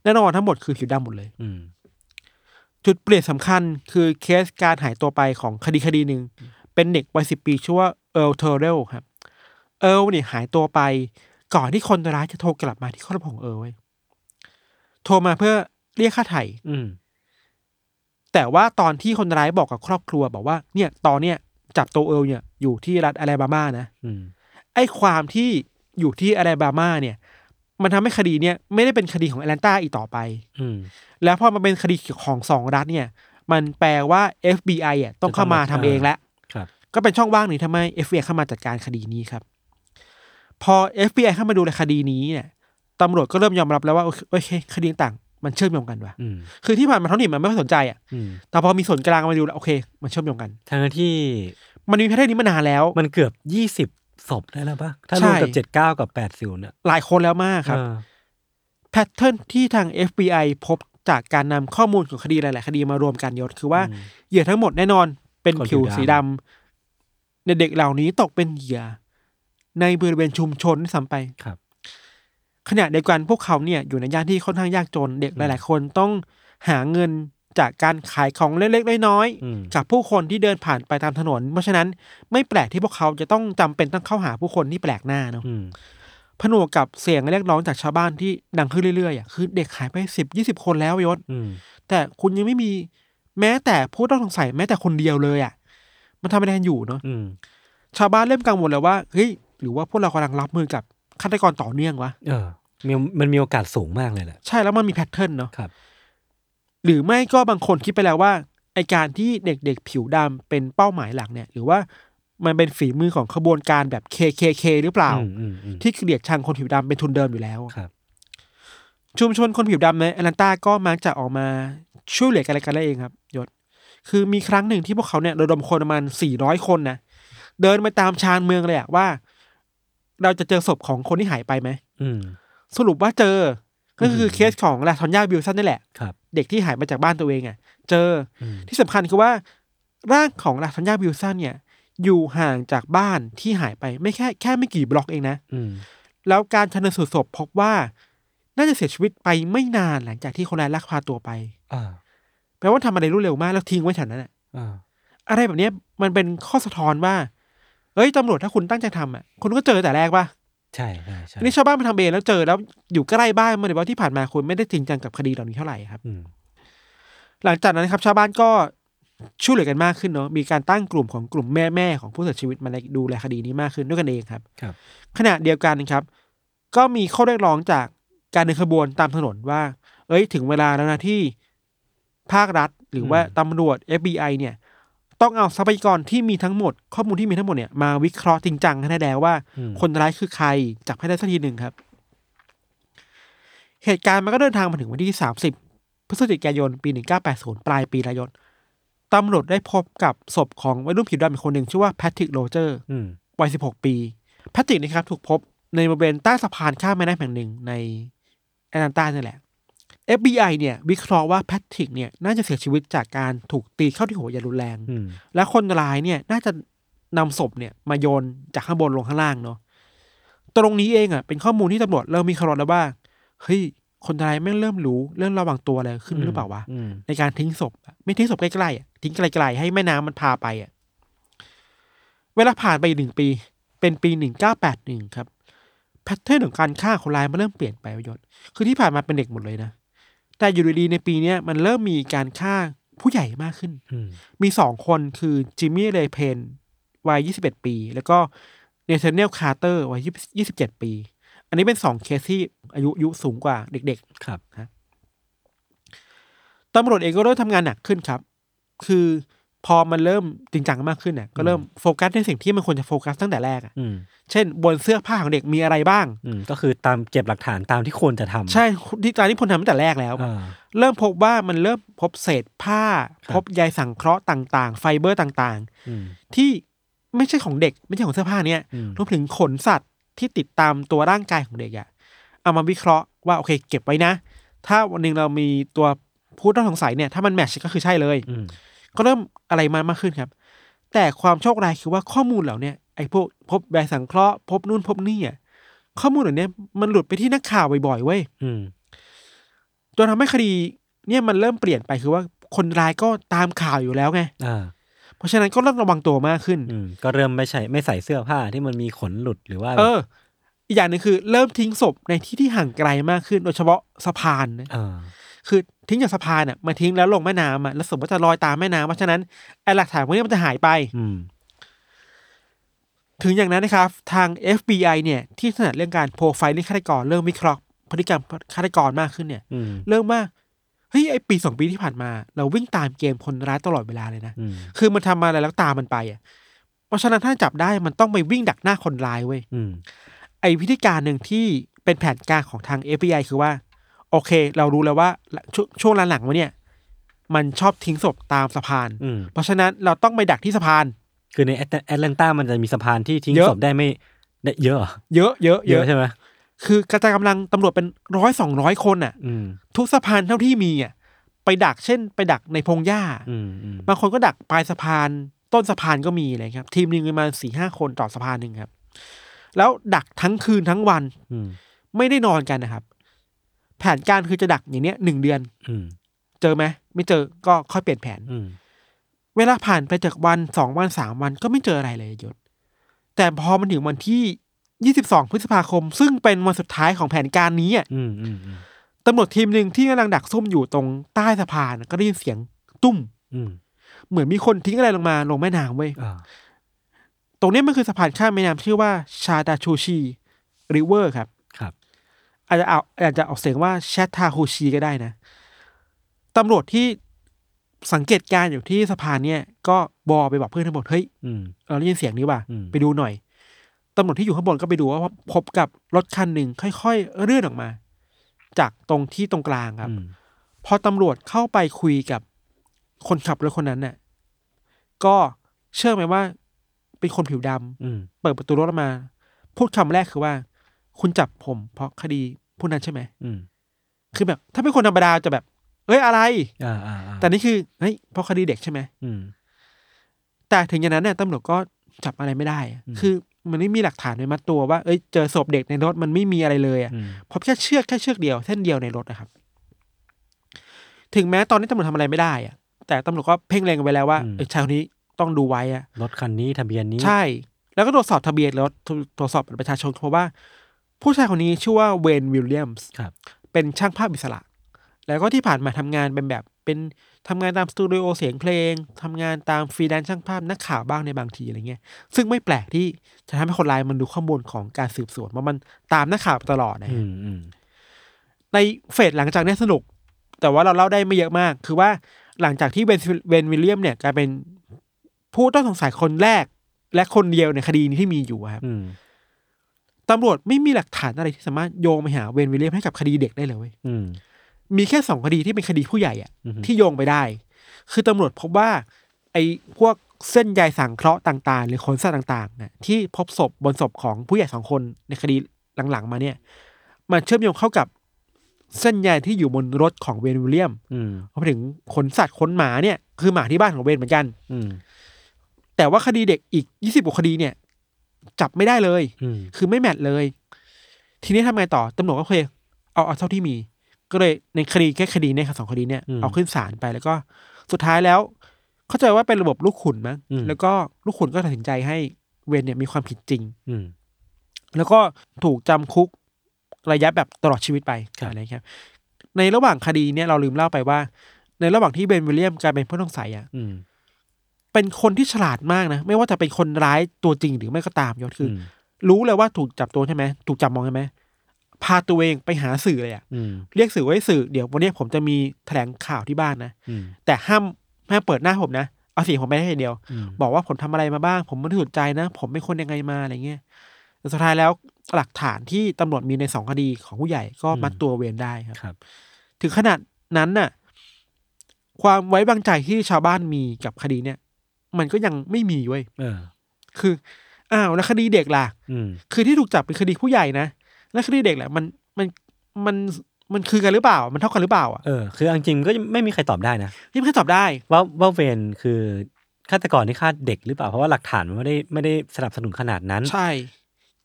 [SPEAKER 3] แน่นอนทั้งหมดคือผิวดำหมดเลย
[SPEAKER 2] อืม
[SPEAKER 3] จุดเปลี่ยนสำคัญคือเคสการหายตัวไปของคดีคดีหนึ่ง เป็นเด็กวัยสิบปีชื่อว่าเอิร์ลเทอร์เรลครับ เอิร์ลเนี่ยหายตัวไป ก่อนที่คนร้ายจะโทรกลับมาที่ครอบครัวของเอิร์ลไว้ยโทรมาเพื่อเรียกค่าไถ่
[SPEAKER 2] อืม
[SPEAKER 3] แต่ว่าตอนที่คนร้ายบอกกับครอบครัวบอกว่าเนี่ยตอนเนี่ยจับตัวเอิร์ลเนี่ยอยู่ที่รัฐอลาบามานะ
[SPEAKER 2] อืม
[SPEAKER 3] ไอ้ความที่อยู่ที่อลาบามาเนี่ย มันทำให้คดีเนี่ยไม่ได้เป็นคดีของแอตแลนตาอีกต่อไป
[SPEAKER 2] อืม
[SPEAKER 3] แล้วพอมันเป็นคดีของสองรัฐเนี่ย มันแปลว่า FBI อ่ะต้องเข้ามาทำเองแล้ว
[SPEAKER 2] ครับ
[SPEAKER 3] ก็เป็นช่องว่างหนึ่งทำไม FBI เข้ามาจัดการคดีนี้ครับ พอ FBI เข้ามาดูในคดีนี้เนี่ยตำรวจก็เริ่มยอมรับแล้วว่า โอเคโอเคคดีต่างๆมันเชื่อมโยงกันว่ะ
[SPEAKER 2] อืม
[SPEAKER 3] คือที่ผ่านมาท้องถิ่นมันไม่ค่อยสนใจอ่ะ
[SPEAKER 2] อืม
[SPEAKER 3] แต่พอมีส่วนกลางมาดูแล้วโอเค มันเชื่อมโยงกัน
[SPEAKER 2] ทางที่
[SPEAKER 3] มันมีแพทเทิร์นนี้มานานแล้ว
[SPEAKER 2] มันเกือบยี่สิบศพได้แล้วปะถ้ารวมกับ
[SPEAKER 3] ใช่
[SPEAKER 2] เจ็ดเก้ากับแปดสิวเนี่ย
[SPEAKER 3] หลายคนแล้วมากครับ
[SPEAKER 2] เออ
[SPEAKER 3] แพทเทิร์นที่ทาง FBI พบจากการนำข้อมูลของคดีหลาย ๆ คดีมารวมกันยศคือว่าเหยื่อทั้งหมดแน่นอนเป็นผิวสีดำในเด็กเหล่านี้ตกเป็นเหยื่อในบริเวณชุมชนด้วยซ้ำไป
[SPEAKER 2] ครับ
[SPEAKER 3] ขณะเดียวกันพวกเขาเนี่ยอยู่ในย่านที่ค่อนข้างยากจน เด็กหลาย ๆ คนต้องหาเงินจากการขายของเล็ก ๆ น้อย
[SPEAKER 2] อืม
[SPEAKER 3] ๆ กับผู้คนที่เดินผ่านไปตามถนน เพราะฉะนั้นไม่แปลกที่พวกเขาจะต้องจำเป็นต้องเข้าหาผู้คนที่แปลกหน้าเนาะ
[SPEAKER 2] อืม
[SPEAKER 3] ผนวกกับเสียงเรียกร้องจากชาวบ้านที่ดังขึ้นเรื่อยๆอ่ะคือเด็กหายไปสิบยี่สิบคนแล้วยศ
[SPEAKER 2] อืม
[SPEAKER 3] แต่คุณยังไม่มีแม้แต่ผู้ต้องสงสัยแม้แต่คนเดียวเลยอ่ะ มันทำอะไรกันอยู่เนาะ
[SPEAKER 2] อืม
[SPEAKER 3] ชาวบ้านเริ่มกังวลแล้วว่าเฮ้ยหรือว่าพวกเรากำลังรับมือกับฆาตกรต่อเนื่องวะ
[SPEAKER 2] เออมีมันมีโอกาสสูงมากเลยแหละ
[SPEAKER 3] ใช่แล้วมันมีแพทเทิร์นเนาะ
[SPEAKER 2] ครับ
[SPEAKER 3] หรือไม่ก็บางคนคิดไปแล้วว่าไอการที่เด็กๆผิวดำเป็นเป้าหมายหลักเนี่ย หรือว่ามันเป็นฝีมือของขบวนการแบบ KKK หรือเปล่า
[SPEAKER 2] อืมอืมอืม
[SPEAKER 3] ที่เกลียดชังคนผิวดำเป็นทุนเดิมอยู่แล้ว
[SPEAKER 2] ครับ
[SPEAKER 3] ชุมชนคนผิวดำในแอตแลนตาก็มักจะออกมาช่วยเหลือกันและกันเองครับยศ คือมีครั้งหนึ่งที่พวกเขาเนี่ยระดมคนประมาณ 400 คนนะเดินไปตามชานเมืองเลยอะว่า เราจะเจอศพของคนที่หายไปไหม
[SPEAKER 2] อืม
[SPEAKER 3] สรุปว่าเจอ ก็คือเคสของลาทอนยาวิลสันนี่แหละ
[SPEAKER 2] ครับ
[SPEAKER 3] เด็กที่หายมาจากบ้านตัวเองอะเจออ
[SPEAKER 2] ม
[SPEAKER 3] ที่สำคัญคือว่าร่างของลาทอนยาวิลสันเนี่ย อยู่ห่างจากบ้านที่หายไปไม่แค่แค่ไม่กี่บล็อกเองนะ
[SPEAKER 2] อืม
[SPEAKER 3] แล้วการชันสูตรศพพบว่า น่าจะเสียชีวิตไปไม่นานหลังจากที่คนร้ายลักพาตัวไป
[SPEAKER 2] อ่า
[SPEAKER 3] แปลว่าทำอะไรรวดเร็วมากแล้วทิ้งไว้แถวนั้นอะ
[SPEAKER 2] อ่า
[SPEAKER 3] อะไรแบบเนี้ยมันเป็นข้อสะท้อนว่า เอ้ยตำรวจถ้าคุณตั้งใจทำอ่ะคุณก็เจอแต่แรกป่ะ
[SPEAKER 2] ใช่ใช่ใช่
[SPEAKER 3] อันนี้ชาวบ้านมาทำเองแล้วเจอแล้วอยู่ใกล้บ้านมาเลยว่าที่ผ่านมาคุณไม่ได้จริงจังกับคดีเหล่านี้เท่าไหร่ครับ
[SPEAKER 2] อืม
[SPEAKER 3] หลังจากนั้นครับชาวบ้านก็ช่วยเหลือกันมากขึ้นเนาะมีการตั้งกลุ่มของกลุ่มแม่แม่ๆของผู้เสียชีวิตมาดูแลคดีนี้มากขึ้นด้วยกันเองครับ
[SPEAKER 2] ครับ
[SPEAKER 3] ขณะเดียวกันครับ ก็มีข้อเรียกร้องจากการเดินขบวนตามถนนว่า เอ้ยถึงเวลาแล้วนะที่ภาครัฐ หรือว่าตำรวจ FBI เนี่ย ต้องเอาทรัพยากรที่มีทั้งหมด ข้อมูลที่มีทั้งหมดเนี่ยมาวิเคราะห์จริงจังให้ได้แล้วว่า
[SPEAKER 2] อืม
[SPEAKER 3] คนร้ายคือใครจับให้ได้สักทีหนึ่งครับ เหตุการณ์มันก็เดินทางมาถึงวันที่ 30 พฤศจิกายน ปี 1980 ปลายปีละยศตำรวจได้พบกับศพของวัยรุ่นผิวดำอีกคนหนึ่งชื่อว่าแพทริกโรเจอร์
[SPEAKER 2] อืม
[SPEAKER 3] วัย 16 ปี แพทริกนะครับ ถูกพบในบริเวณใต้สะพานข้ามแม่น้ำแห่งหนึ่งในแอตแลนตาเนี่ยแหละ FBI เนี่ย วิเคราะห์ว่าแพทริกเนี่ย น่าจะเสียชีวิตจากการถูกตีเข้าที่หัวอย่างรุนแรง
[SPEAKER 2] อืม
[SPEAKER 3] และคนร้ายเนี่ย น่าจะนำศพเนี่ย มาโยนจากข้างบนลงข้างล่างเนาะตรงนี้เองอ่ะเป็นข้อมูลที่ตำรวจเริ่มมีคารอแล้วว่าเฮ้ยคนร้ายแม่งเริ่มรู้เริ่มระวังตัวอะไรขึ้นหรือเปล่าวะ
[SPEAKER 2] อืม
[SPEAKER 3] ในการทิ้งศพอะไม่ทิ้งศพใกล้ๆอะทิ้งไกลๆให้แม่น้ำมันพาไปอะเวลาผ่านไปอีกหนึ่งปี เป็นปีหนึ่งเก้าแปดหนึ่งครับ แพทเทิร์นของการฆ่าคนร้ายมันเริ่มเปลี่ยนไปประโยชน์คือที่ผ่านมาเป็นเด็กหมดเลยนะ แต่อยู่ดีๆในปีเนี้ยมันเริ่มมีการฆ่าผู้ใหญ่มากขึ้น
[SPEAKER 2] อืม
[SPEAKER 3] มีสองคนคือจิมมี่เลเพนวัย 21 ปี แล้วก็เนเธานเนลคาร์เตอร์วัย 27 ปี อันนี้เป็นสองเคสที่อายุอายุสูงกว่าเด็ก ๆ
[SPEAKER 2] ครับ
[SPEAKER 3] ตำรวจเองก็เริ่มทำงานหนักขึ้นครับ คือพอมันเริ่มจริงจังมากขึ้นเนี่ยก็เริ่มโฟกัสในสิ่งที่มันควรจะโฟกัสตั้งแต่แรกอะ
[SPEAKER 2] อืม
[SPEAKER 3] เช่น บนเสื้อผ้าของเด็กมีอะไรบ้าง
[SPEAKER 2] อืมก็คือตามเก็บหลักฐานตามที่ควรจะทำ
[SPEAKER 3] ใช่ที่ตามที่พลทำตั้งแต่แรกแล้ว
[SPEAKER 2] อ่า
[SPEAKER 3] เริ่มพบว่ามันเริ่มพบเศษผ้า
[SPEAKER 2] ครับ
[SPEAKER 3] พบใยสังเคราะห์ต่างๆ ไฟเบอร์ต่าง
[SPEAKER 2] อืม
[SPEAKER 3] ๆ ที่ไม่ใช่ของเด็ก ไม่ใช่ของเสื้อผ้าเนี่ย
[SPEAKER 2] อืม
[SPEAKER 3] รวมถึงขนสัตว์ที่ติดตามตัวร่างกายของเด็กอะเอามาวิเคราะห์ว่าโอเค เก็บไว้นะ ถ้าวันหนึ่งเรามีตัวผู้ต้องสงสัยเนี่ยถ้ามันแมทชก็คือใช่เลย
[SPEAKER 2] อืม
[SPEAKER 3] ก็เริ่มอะไรมามากขึ้นครับ แต่ความโชคร้ายคือว่าข้อมูลเหล่าเนี้ยไอ้พวกพบใบสังเคราะห์พบนู่นพบนี่อ่ะข้อมูลเหล่าเนี้ยมันหลุดไปที่นักข่าวบ่อยๆเว้ย
[SPEAKER 2] อืม
[SPEAKER 3] จนทำให้คดีเนี่ยมันเริ่มเปลี่ยนไปคือว่าคนร้ายก็ตามข่าวอยู่แล้วไง
[SPEAKER 2] อ่า
[SPEAKER 3] เพราะฉะนั้นก็เริ่มระวังตัวมากขึ้น
[SPEAKER 2] อืมก็เริ่มไม่ใช่ไม่ใส่เสื้อผ้าที่มันมีขนหลุดหรือว่า
[SPEAKER 3] เออ อีกอย่างหนึ่งคือเริ่มทิ้งศพในที่ที่ห่างไกลมากขึ้น โดยเฉพาะสะพานนะ
[SPEAKER 2] อ่า
[SPEAKER 3] คือทิ้งจากสะพานอ่ะมาทิ้งแล้วลงแม่น้ำอ่ะแล้วสมมติจะลอยตามแม่น้ำเพราะฉะนั้นไอ้หลักฐานพวกนี้มันจะหายไป
[SPEAKER 2] อืม
[SPEAKER 3] ถึงอย่างนั้นนะครับ ทาง FBI เนี่ยที่ถนัดเรื่องการโปรไฟล์ลิงฆาตกรเรื่องวิเคราะห์พฤติกรรมฆาตกรมากขึ้นเนี่ย
[SPEAKER 2] อืม
[SPEAKER 3] เริ่มว่าเฮ้ยไอปีสองปีที่ผ่านมา เราวิ่งตามเกมคนร้ายตลอดเวลาเลยนะ
[SPEAKER 2] อืม
[SPEAKER 3] คือมันทำมาอะไรแล้วตามมันไปอ่ะเพราะฉะนั้นถ้าจับได้มันต้องไปวิ่งดักหน้าคนร้ายเว้ย
[SPEAKER 2] อืม
[SPEAKER 3] ไอวิธีการหนึ่งที่เป็นแผนการของทาง FBI คือว่า โอเค เรารู้แล้วว่าชวงช่วงหลังๆมาเนี่ย มันชอบทิ้งศพตามสะพาน
[SPEAKER 2] อืม
[SPEAKER 3] เพราะฉะนั้นเราต้องไปดักที่สะพาน
[SPEAKER 2] คือในแอตแอตแลนตามันจะมีสะพานที่ทิ้ง
[SPEAKER 3] เยอะ
[SPEAKER 2] ศพได้ไม่ได้เยอะเหรอ
[SPEAKER 3] เยอะเยอะ
[SPEAKER 2] เย
[SPEAKER 3] เย
[SPEAKER 2] อะ
[SPEAKER 3] อะ
[SPEAKER 2] ใช่ไหม
[SPEAKER 3] คือกระจายกำลังตำรวจเป็นร้อยสองร้อยคนน่ะ
[SPEAKER 2] อืม
[SPEAKER 3] ทุกสะพานเท่าที่มีอ่ะไปดักเช่น ไปดักในพงหญ้า
[SPEAKER 2] อืมอืม
[SPEAKER 3] บางคนก็ดักปลายสะพาน ต้นสะพานก็มีอะไรครับ ทีมหนึ่งประมาณสี่ห้าคนต่อสะพานหนึ่งครับ แล้วดักทั้งคืนทั้งวัน
[SPEAKER 2] อืม
[SPEAKER 3] ไม่ได้นอนกันนะครับ แผนการคือจะดักอย่างเนี้ยหนึ่งเดือน
[SPEAKER 2] อืม
[SPEAKER 3] เจอไหมไม่เจอก็ค่อยเปลี่ยนแผน
[SPEAKER 2] อืม
[SPEAKER 3] เวลาผ่านไปจากวันสองวันสามวันก็ไม่เจออะไรเลยยศแต่พอมันถึงวันที่ยี่สิบสองพฤษภาคม ซึ่งเป็นวันสุดท้ายของแผนการนี้อ่ะ
[SPEAKER 2] อืมอืมอืม
[SPEAKER 3] ตำรวจทีมหนึ่งที่กำลังดักซุ่มอยู่ตรงใต้สะพานก็ได้ยินเสียงตุ้ม
[SPEAKER 2] อืม
[SPEAKER 3] เหมือนมีคนทิ้งอะไรลงมาลงแม่น้ำเว้ย
[SPEAKER 2] อ่า
[SPEAKER 3] ตรงเนี้ยมันคือสะพานข้ามแม่น้ำชื่อว่าชาดาชูชีริเวอร์ครับ
[SPEAKER 2] ครับ
[SPEAKER 3] อาจจะเอาอาจจะออกเสียงว่าแชทาฮูชีก็ได้นะตำรวจที่สังเกตการณ์อยู่ที่สะพานเนี่ยก็บอกไปบอกเพื่อนทั้งหมดเฮ้ย
[SPEAKER 2] อืม
[SPEAKER 3] เราได้ยินเสียงนี้ว่ะ
[SPEAKER 2] อืม
[SPEAKER 3] ไปดูหน่อยตำรวจที่อยู่ข้างบนก็ไปดูว่าพบกับรถคันหนึ่งค่อยๆเลื่อนออกมา จากตรงที่ตรงกลางครับ
[SPEAKER 2] อืม
[SPEAKER 3] พอตำรวจเข้าไปคุยกับคนขับรถคนนั้นน่ะ ก็เชื่อไหมว่าเป็นคนผิวดำ
[SPEAKER 2] อืม
[SPEAKER 3] เปิดประตูรถออกมา พูดคำแรกคือว่า คุณจับผมเพราะคดีผู้นั้นใช่ไหม
[SPEAKER 2] อืม
[SPEAKER 3] คือแบบ ถ้าเป็นคนธรรมดาจะแบบ เอ้ยอะไร
[SPEAKER 2] อ่าอ่าอ่า
[SPEAKER 3] แต่นี่คือเฮ้ยเพราะคดีเด็กใช่ไหม
[SPEAKER 2] อืม
[SPEAKER 3] แต่ถึงอย่างนั้นเนี่ยตำรวจก็จับอะไรไม่ได้อะ
[SPEAKER 2] อืม
[SPEAKER 3] คือมันไม่มีหลักฐานในมัดตัวว่าเอ้ยเจอศพเด็กในรถมันไม่มีอะไรเลยอะ
[SPEAKER 2] อืม
[SPEAKER 3] พบแค่เชือกแค่เชือกเดียวเส้นเดียวในรถนะครับ ถึงแม้ตอนนี้ตำรวจทำอะไรไม่ได้อะแต่ตำรวจก็เพ่งเล็งไว้แล้วว่าเออชายคนนี้ต้องดูไว้อะ
[SPEAKER 2] รถคันนี้ทะเบียนนี้
[SPEAKER 3] ใช่ แล้วก็ตรวจสอบทะเบียนรถตรวจสอบบัตรประชาชนเพราะว่า ผู้ชายคนนี้ชื่อว่าเวนวิลเลียมส์
[SPEAKER 2] ครับ
[SPEAKER 3] เป็นช่างภาพอิสระ แล้วก็ที่ผ่านมาทำงานเป็นแบบ เป็นทำงานตามสตูดิโอเสียงเพลงทำงานตามฟรีแลนซ์ช่างภาพนักข่าวบ้างในบางทีอะไรเงี้ย ซึ่งไม่แปลกที่จะทำให้คนร้ายมันดูข้อมูลของการสืบสวนว่ามันตามนักข่าวไปตลอดนะฮะ
[SPEAKER 2] อืมอืม
[SPEAKER 3] ในเฟสหลังจากเนี้ยสนุก แต่ว่าเราเล่าได้ไม่เยอะมาก คือว่าหลังจากที่เวนเวนวิลเลียมเนี่ยกลายเป็นผู้ต้องสงสัยคนแรก และคนเดียวในคดีนี้ที่มีอยู่อะครับ
[SPEAKER 2] อืม
[SPEAKER 3] ตำรวจไม่มีหลักฐานอะไรที่สามารถโยงไปหาเวนวิลเลียมให้กับคดีเด็กได้เลยเว้ย
[SPEAKER 2] อืม
[SPEAKER 3] มีแค่สองคดีที่เป็นคดีผู้ใหญ่อะ
[SPEAKER 2] อือฮึ
[SPEAKER 3] ที่โยงไปได้ คือตำรวจพบว่า ไอ้พวกเส้นใยสังเคราะห์ต่างๆ หรือขนสัตว์ต่างๆนะที่พบศพบนศพของผู้ใหญ่สองคนในคดีหลังๆ มาเนี่ย มันเชื่อมโยงเข้ากับเส้นใยที่อยู่บนรถของเวนวิลเลียม
[SPEAKER 2] อืม
[SPEAKER 3] รวมถึงขนสัตว์ขนหมาเนี่ยคือหมาที่บ้านของเวนเหมือนกัน
[SPEAKER 2] อืม
[SPEAKER 3] แต่ว่าคดีเด็กอีกยี่สิบกว่าคดีเนี่ย จับไม่ได้เลย
[SPEAKER 2] อืม
[SPEAKER 3] คือไม่แมทเลย ทีนี้ทำไงต่อตำรวจก็โอเคเอาเอาเท่าที่มี ก็เลยในคดีแค่คดีเนี่ยครับสองคดีเนี่ยเอาขึ้นศาลไปแล้วก็สุดท้ายแล้ว เข้าใจว่าเป็นระบบลูกขุนมั้งแล้วก็ลูกขุนก็ตัดสินใจให้เวนเนี่ยมีความผิดจริง
[SPEAKER 2] อืม
[SPEAKER 3] แล้วก็ถูกจำคุกระยะแบบตลอดชีวิตไป
[SPEAKER 2] ครับ
[SPEAKER 3] อะไรครับ ในระหว่างคดีเนี่ยเราลืมเล่าไปว่า ในระหว่างที่เบนวิลเลียมกลายเป็นผู้ต้องสงสัยอ่ะ
[SPEAKER 2] อืม
[SPEAKER 3] เป็นคนที่ฉลาดมากนะ ไม่ว่าจะเป็นคนร้ายตัวจริงหรือไม่ก็ตามยศคือ
[SPEAKER 2] อืม
[SPEAKER 3] อรู้เลยว่าถูกจับตัวใช่ไหมถูกจับมองใช่ไหม พาตัวเองไปหาสื่อเลยอะ
[SPEAKER 2] อืม
[SPEAKER 3] เรียกสื่อไว้สื่อเดี๋ยววันนี้ผมจะมีแถลงข่าวที่บ้านนะ
[SPEAKER 2] อืม
[SPEAKER 3] แต่ห้ามห้ามเปิดหน้าผมนะ เอาเสียงผมไปได้อย่างเดียว
[SPEAKER 2] อืม
[SPEAKER 3] บอกว่าผมทำอะไรมาบ้าง ผมไม่ได้สนใจนะ ผมเป็นคนยังไงมาอะไรเงี้ยแต่สุดท้ายแล้วหลักฐานที่ตำรวจมีในสองคดีของผู้ใหญ่ก็มัดตัวเวรได้ครับ
[SPEAKER 2] ครับ
[SPEAKER 3] ถึงขนาดนั้นน่ะ ความไว้วางใจที่ชาวบ้านมีกับคดีเนี่ย มันก็ยังไม่มีเว้ย
[SPEAKER 2] เออ
[SPEAKER 3] คืออ้าวแล้วคดีเด็กล่ะ
[SPEAKER 2] อืม
[SPEAKER 3] คือที่ถูกจับเป็นคดีผู้ใหญ่นะแล้วคดีเด็กแหละมันมันมันมันคือกันหรือเปล่า มันเท่ากันหรือเปล่าอ่ะ
[SPEAKER 2] เออ คือเอาจริงๆก็ไม่มีใครตอบได้นะ
[SPEAKER 3] นี่ไม่ตอบได้
[SPEAKER 2] ว่าว่าเวนคือฆาตกรที่ฆ่าเด็กหรือเปล่า เพราะว่าหลักฐานมันไม่ได้ไม่ได้สนับสนุนขนาดนั้น
[SPEAKER 3] ใช่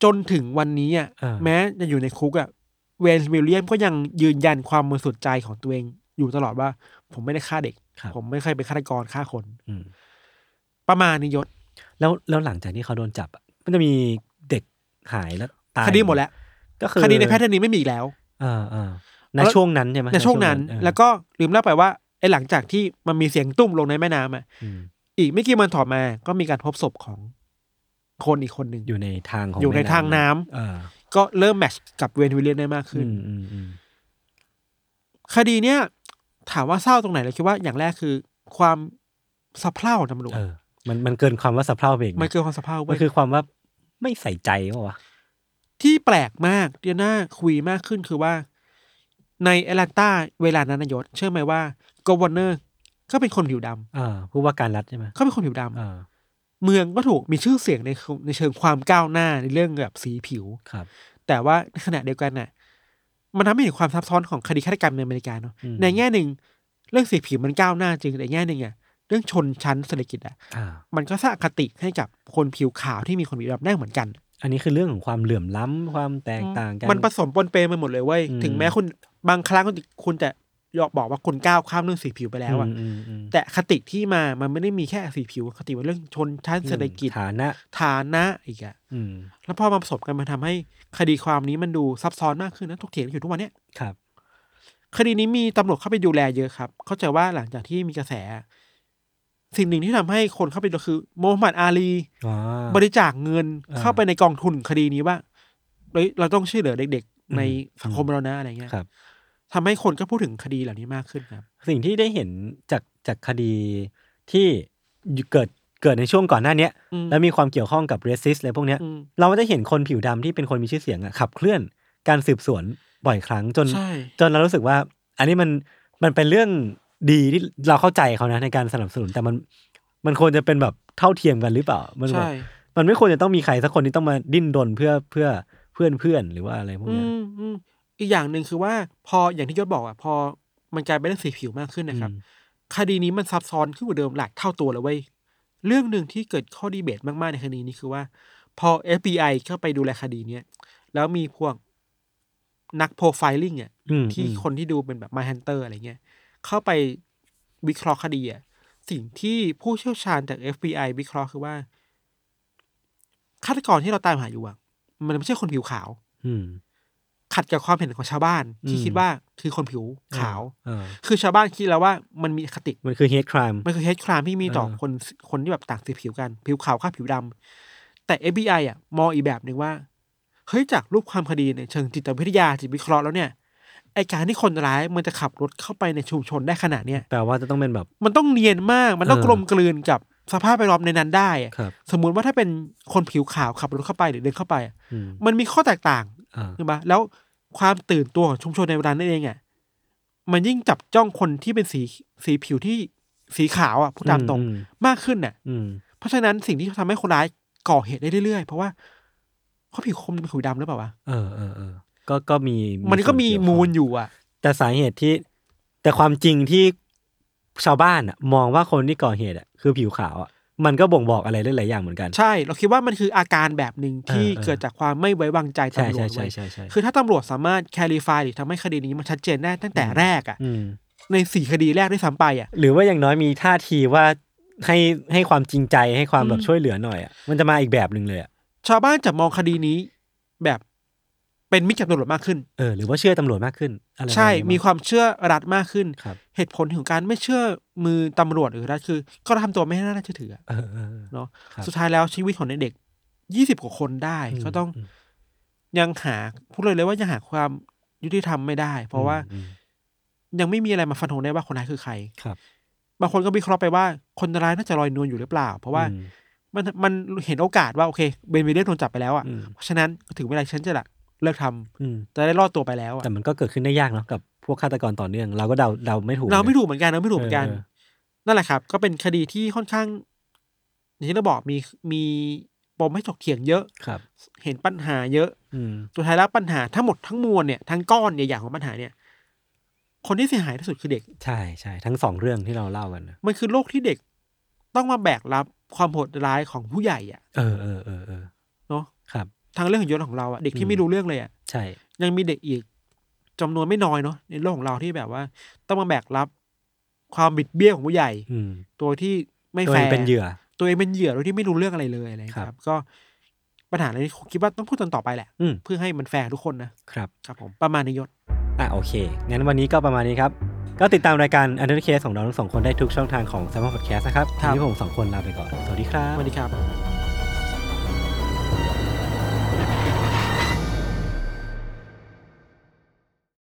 [SPEAKER 3] จนถึงวันนี้อ่ะ
[SPEAKER 2] เออ
[SPEAKER 3] แม้จะอยู่ในคุกอ่ะเวนวิลเลียมก็ยังยืนยันความบริสุทธิ์ใจของตัวเองอยู่ตลอดว่า ผมไม่ได้ฆ่าเด็ก
[SPEAKER 2] ครับ
[SPEAKER 3] ผมไม่เคยเป็นฆาตกรฆ่าคน
[SPEAKER 2] อืม
[SPEAKER 3] ประมาณนี้ยศ
[SPEAKER 2] แล้วแล้วหลังจากที่เขาโดนจับอะมันจะมีเด็กหายแล้วตาย
[SPEAKER 3] คดีหมดแล้ว
[SPEAKER 2] ก็คือ
[SPEAKER 3] คดีในแพทย์นี้ไม่มีอีกแล้ว
[SPEAKER 2] เออเออใน
[SPEAKER 3] แล้ว
[SPEAKER 2] ช่วงนั้นใช่ไหม
[SPEAKER 3] ในช่วงนั้น
[SPEAKER 2] เออ
[SPEAKER 3] แล้วก็ลืมเล่าไปว่าไอ้หลังจากที่มันมีเสียงตุ้มลงในแม่น้ำอ่ะ
[SPEAKER 2] อืม
[SPEAKER 3] อีกไม่กี่วันต่อมาก็มีการพบศพของคนอีกคนหนึ่ง
[SPEAKER 2] อยู่ในทางของ
[SPEAKER 3] อยู่ใน
[SPEAKER 2] แม่ำ
[SPEAKER 3] ทางน้ำ
[SPEAKER 2] เออ
[SPEAKER 3] ก็เริ่มแมทชกับเวนวิลเลียนได้มาก
[SPEAKER 2] อื
[SPEAKER 3] ขึ้น
[SPEAKER 2] มอืมอืม
[SPEAKER 3] คดีเนี้ยถามว่าเศร้าตรงไหนเราคิดว่าอย่างแรกคือ ความสะเพร่าของตำรวจ
[SPEAKER 2] เออ มันมันเกินความว่าสะเพร่าไปอีกนะ
[SPEAKER 3] มันคือความสะเพร่า
[SPEAKER 2] มั
[SPEAKER 3] เว้
[SPEAKER 2] น
[SPEAKER 3] ย
[SPEAKER 2] คือความว่าไม่ใส่ใจปะวะ
[SPEAKER 3] ที่แปลกมากเดียน่าคุยมากขึ้นคือว่า ในแอตแลนตาเวลานั้นนายศเชื่อไหมว่ากวเนอร์ก็เป็นคนผิวดำ
[SPEAKER 2] เออผู้ว่าการรัฐใช่ไหม
[SPEAKER 3] เขาเป็นคนผิวดำ
[SPEAKER 2] เออ
[SPEAKER 3] เมืองก็ถูกมีชื่อเสียงในในเชิงความก้าวหน้าในเรื่องแบบสีผิว
[SPEAKER 2] ครับ
[SPEAKER 3] แต่ว่าในขณะเดียวกันน่ะ มันทำให้เห็นความซับซ้อนของคดีฆาตกรรมในอเมริกาเนาะ
[SPEAKER 2] อืม
[SPEAKER 3] ในแง่หนึ่ง เรื่องสีผิวมันก้าวหน้าจริงแต่อีกแง่หนึ่งอ่ะเรื่องชนชั้นเศรษฐกิจอ่ะ
[SPEAKER 2] อ่า
[SPEAKER 3] มันก็สร้างอคติให้กับคนผิวขาวที่มีคนผิวดำได้เหมือนกัน
[SPEAKER 2] อันนี้คือเรื่องของความเหลื่อมล้ำความแตกต่างกัน
[SPEAKER 3] มันผสมปนเปไปหมดเลยเว้ย
[SPEAKER 2] อืม
[SPEAKER 3] ถึงแม้คุณบางครั้งคุณคุณจะยอมบอกว่าคุณก้าวข้ามเรื่องสีผิวไปแล้วอ่ะ
[SPEAKER 2] มมอืม
[SPEAKER 3] แต่คติที่มามันไม่ได้มีแค่สีผิวคติมันเรื่องชนชั้นเศรษฐกิจ
[SPEAKER 2] ฐานะ
[SPEAKER 3] ฐานะอีกอ่ะ
[SPEAKER 2] อืม
[SPEAKER 3] แล้วพอมาผสมกันมันทำให้คดีความนี้มันดูซับซ้อนมากขึ้นนะถกเถียงกันอยู่ทุกวันเนี้ย
[SPEAKER 2] ครับ
[SPEAKER 3] คดีนี้มีตำรวจเข้าไปดูแลเยอะครับ เข้าใจว่าหลังจากที่มีกระแส สิ่งหนึ่งที่ทำให้คนเข้าไปดูคือโมฮัมหมัดอาลี
[SPEAKER 2] อ๋อ
[SPEAKER 3] บริจาคเงิน
[SPEAKER 2] อ่า
[SPEAKER 3] เข้าไปในกองทุนคดีนี้ว่าเฮ้ยเราต้องช่วยเหลือเด็ก
[SPEAKER 2] อืม
[SPEAKER 3] ๆ ในสังคมเรานะอะไรเงี้ย
[SPEAKER 2] ครับ
[SPEAKER 3] ทำให้คนก็พูดถึงคดีเหล่านี้มากขึ้นครับ
[SPEAKER 2] สิ่งที่ได้เห็นจากจากคดีที่อยู่เกิดเกิดในช่วงก่อนหน้าเนี้ย
[SPEAKER 3] อืม
[SPEAKER 2] แล้วมีความเกี่ยวข้องกับเรสซิสอะไรพวกเนี้ย
[SPEAKER 3] อืม
[SPEAKER 2] เราจะเห็นคนผิวดำที่เป็นคนมีชื่อเสียงอะขับเคลื่อนการสืบสวนบ่อยครั้งจน
[SPEAKER 3] ใช่
[SPEAKER 2] จนเรารู้สึกว่า อันนี้มันมันเป็นเรื่องดีที่เราเข้าใจเขานะในการสนับสนุน แต่มันมันควรจะเป็นแบบเท่าเทียมกันหรือเปล่า มันแบบ
[SPEAKER 3] ใช่
[SPEAKER 2] มันไม่ควรจะต้องมีใครสักคนที่ต้องมาดิ้นรนเพื่อเพื่อเพื่อนเพื่อนหรือว่าอะไรพวก
[SPEAKER 3] อื
[SPEAKER 2] เนี้ย
[SPEAKER 3] มอืมอีกอย่างหนึ่งคือว่าพออย่างที่ยศบอกอ่ะพอมันกลายเป็นเรื่องสีผิวมากขึ้นนะครับ
[SPEAKER 2] อืม
[SPEAKER 3] คดีนี้มันซับซ้อนขึ้นกว่าเดิมหลายเท่าตัวเลยเว้ยเรื่องหนึ่งที่เกิดข้อดีเบตมากๆในคดีนี้คือว่า พอ FBI เข้าไปดูแลคดีเนี้ยแล้วมีพวกนักโปรไฟลิงอ่ะ
[SPEAKER 2] อืม
[SPEAKER 3] ที่
[SPEAKER 2] อืม
[SPEAKER 3] คนที่ดูเป็นแบบมาฮันเตอร์อะไรเงี้ยเข้าไปวิเคราะห์คดีอ่ะสิ่งที่ผู้เชี่ยวชาญจาก FBI วิเคราะห์คือว่าฆาตกรที่เราตามหาอยู่อ่ะมันไม่ใช่คนผิวขาว
[SPEAKER 2] อืม
[SPEAKER 3] ขัดกับความเห็นของชาวบ้าน ที่
[SPEAKER 2] อืม
[SPEAKER 3] คิดว่าคือคนผิวขาว
[SPEAKER 2] เออ
[SPEAKER 3] คือชาวบ้านคิดแล้วว่ามันมีอคติ
[SPEAKER 2] มันคือ hate crime
[SPEAKER 3] มันคือเฮ c ครามที่มีต่อ
[SPEAKER 2] เออ
[SPEAKER 3] คนคนที่แบบต่างสีผิวกัน ผิวขาวข้าผิวดำแต่ FBI อ่ะมองอีกแบบหนึ่งว่า เฮ้ยจากรูปความคดีในเชิงจิตวิทยาจิตวิเคราะห์แล้วเนี่ยไอการที่คนร้ายมันจะขับรถเข้าไปในชุมชนได้ขนาดเนี้ย
[SPEAKER 2] แปลว่าจะต้องเป็นแบบ
[SPEAKER 3] มันต้องเนียนมาก มันต้อง
[SPEAKER 2] เออ
[SPEAKER 3] กลมกลืนกับสภาพแวดล้อมในนั้นได้อะ
[SPEAKER 2] ครับ
[SPEAKER 3] สมมุติว่าถ้าเป็นคนผิวขาวขับรถเข้าไปหรือเดินเข้าไปอะ
[SPEAKER 2] อืม
[SPEAKER 3] มันมีข้อแตกต่าง
[SPEAKER 2] อ่า
[SPEAKER 3] ถูกปะแล้วความตื่นตัวของชุมชนในเวลานั้นเองอ่ะมันยิ่งจับจ้องคนที่เป็นสีสีผิวที่สีขาวอ่ะพูดตามตรง
[SPEAKER 2] อืม
[SPEAKER 3] มากขึ้นน่ะ
[SPEAKER 2] อืม
[SPEAKER 3] เพราะฉะนั้นสิ่งที่ทำให้คนร้ายก่อเหตุได้เรื่อยๆ เพราะว่าเขาผิวคมเป็นผิวดำหรือเปล่าวะ
[SPEAKER 2] เออเออเออก็ก็มี
[SPEAKER 3] มันก็มี
[SPEAKER 2] ส่วนเยวข้ง
[SPEAKER 3] มูลอยู่อ่ะ
[SPEAKER 2] แต่สาเหตุที่ แต่ความจริงที่ชาวบ้านอะมองว่าคนที่ก่อเหตุอะคือผิวขาวอะมันก็บ่งบอกอะไรได้หลายอย่างเหมือนกัน
[SPEAKER 3] ใช่ เราคิดว่ามันคืออาการแบบหนึ่งที่
[SPEAKER 2] เออเออ
[SPEAKER 3] เกิดจากความไม่ไว้วางใจ
[SPEAKER 2] ใช่
[SPEAKER 3] ตำรว
[SPEAKER 2] ใช่
[SPEAKER 3] จ
[SPEAKER 2] ใช่
[SPEAKER 3] ไว้ย
[SPEAKER 2] ใช่ใช่
[SPEAKER 3] คือถ้าตำรวจสามารถแคลิฟายหรือทำให้คดีนี้มันชัดเจนได้ตั้งแต่แรกอ่ะ
[SPEAKER 2] อืม
[SPEAKER 3] ในสี่คดีแรกด้วยซ้ำไปอ่ะ
[SPEAKER 2] หรือว่าอย่างน้อยมีท่าทีว่าให้ให้ความจริงใจให้ความแบ
[SPEAKER 3] อื
[SPEAKER 2] บ
[SPEAKER 3] ม
[SPEAKER 2] ช่วยเหลือหน่อยอะมันจะมาอีกแบบหนึ่งเลยอะ
[SPEAKER 3] ชาวบ้านจะมองคดีนี้แบบเป็นมิตรกับตำรวจมากขึ้น
[SPEAKER 2] เออหรือว่าเชื่อตำรวจมากขึ้นอะไร
[SPEAKER 3] ใช่
[SPEAKER 2] ประาณนี้
[SPEAKER 3] มีความเชื่อรัฐมากขึ้น
[SPEAKER 2] ครับ
[SPEAKER 3] เหตุผลของการไม่เชื่อมือตำรวจหรือรัฐคือ ก็ทำตัวไม่น่าเชื่อถืออะ
[SPEAKER 2] เออเออเออ
[SPEAKER 3] เนาะ
[SPEAKER 2] ครับ
[SPEAKER 3] สุดท้ายแล้วชีวิตของเด็กยี่สิบกว่าคนได้
[SPEAKER 2] อืม
[SPEAKER 3] ก็ต้อง
[SPEAKER 2] อืม
[SPEAKER 3] ยังหาพูดเลยเลยว่ายังหาความยุติธรรมไม่ได้ เพราะว่า
[SPEAKER 2] อืม
[SPEAKER 3] ยังไม่มีอะไรมาฟันธงได้ว่าคนร้ายคือใคร
[SPEAKER 2] ครับ
[SPEAKER 3] บางคนก็วิเคราะห์ไปว่าคนร้ายน่าจะลอยนวลอยู่หรือเปล่า เพราะว่า
[SPEAKER 2] อืม
[SPEAKER 3] มันมันเห็นโอกาสว่าโอเคเบนวิลเลียมโดนจับไปแล้วอ่ะ
[SPEAKER 2] อืม
[SPEAKER 3] เพราะฉะนั้นก็ถึงเวลาฉันจะละเลิกทำ
[SPEAKER 2] อืม
[SPEAKER 3] จะได้รอดตัวไปแล้วอะ
[SPEAKER 2] แต่มันก็เกิดขึ้นได้ยากเนาะกับพวกฆาตกรต่อเนื่อง เราก็เดาเดาไม่ถูก
[SPEAKER 3] เราไม่
[SPEAKER 2] นะ
[SPEAKER 3] ถูกเหมือนกันเราไม่ถูกเหมือนกัน
[SPEAKER 2] เออ
[SPEAKER 3] นั่นแหละครับ ก็เป็นคดีที่ค่อนข้าง อย่างที่เราบอกมีมีปมให้ถกเถียงเยอะ
[SPEAKER 2] ครับ
[SPEAKER 3] เห็นปัญหาเยอะ
[SPEAKER 2] อืม
[SPEAKER 3] สุดท้ายแล้วปัญหาทั้งหมดทั้งมวลเนี่ยทั้งก้อนใหญ่ๆของปัญหาเนี่ย คนที่เสียหายที่สุดคือเด็ก
[SPEAKER 2] ใช่ใช่ทั้งสองเรื่องที่เราเล่ากันนะ
[SPEAKER 3] มันคือโลกที่เด็ก ต้องมาแบกรับความโหดร้ายของผู้ใหญ่อะ
[SPEAKER 2] เออเออเออเออ
[SPEAKER 3] เนาะ
[SPEAKER 2] ครับ
[SPEAKER 3] ทางเรื่องของยศของเราอะเด็ก
[SPEAKER 2] อื
[SPEAKER 3] ที่
[SPEAKER 2] ม
[SPEAKER 3] ไม่รู้เรื่องเลยอะ
[SPEAKER 2] ใช่
[SPEAKER 3] ยังมีเด็กอีกจำนวนไม่น้อยเนาะในโลกของเราที่แบบว่า ต้องมาแบกรับความบิดเบี้ยวของผู้ใหญ่
[SPEAKER 2] อืม
[SPEAKER 3] ตัวที่ไม่
[SPEAKER 2] ตัว
[SPEAKER 3] แฟ
[SPEAKER 2] เอง
[SPEAKER 3] ร์
[SPEAKER 2] เป็นเหยื่อ
[SPEAKER 3] ตัวเองเป็นเหยื่อโดยที่ไม่รู้เรื่องอะไรเลยอะไรอย่างเงี้
[SPEAKER 2] ค
[SPEAKER 3] ยค
[SPEAKER 2] รั
[SPEAKER 3] รับ บ ก็ปัญหาเรื่องนี้คิดว่าต้องพูดกันต่อไปแหละ
[SPEAKER 2] อืม
[SPEAKER 3] เพื่อให้มันแฟร์ทุกคนนะครับ ครับ ผมประมาณนี้ยศ
[SPEAKER 2] อ่ะโอเค งั้นวันนี้ก็ประมาณนี้ครับ ก็ติดตามรายการ u n d e r c a s e ของเราทั้งสองคนได้ทุกช่องทางของ s ซมมอนพอดแคสต์นะครับ
[SPEAKER 3] ครับ
[SPEAKER 2] วันนี้ผมสองคนลาไปก่อน สวัสดีครับ
[SPEAKER 3] สวัสดีครับ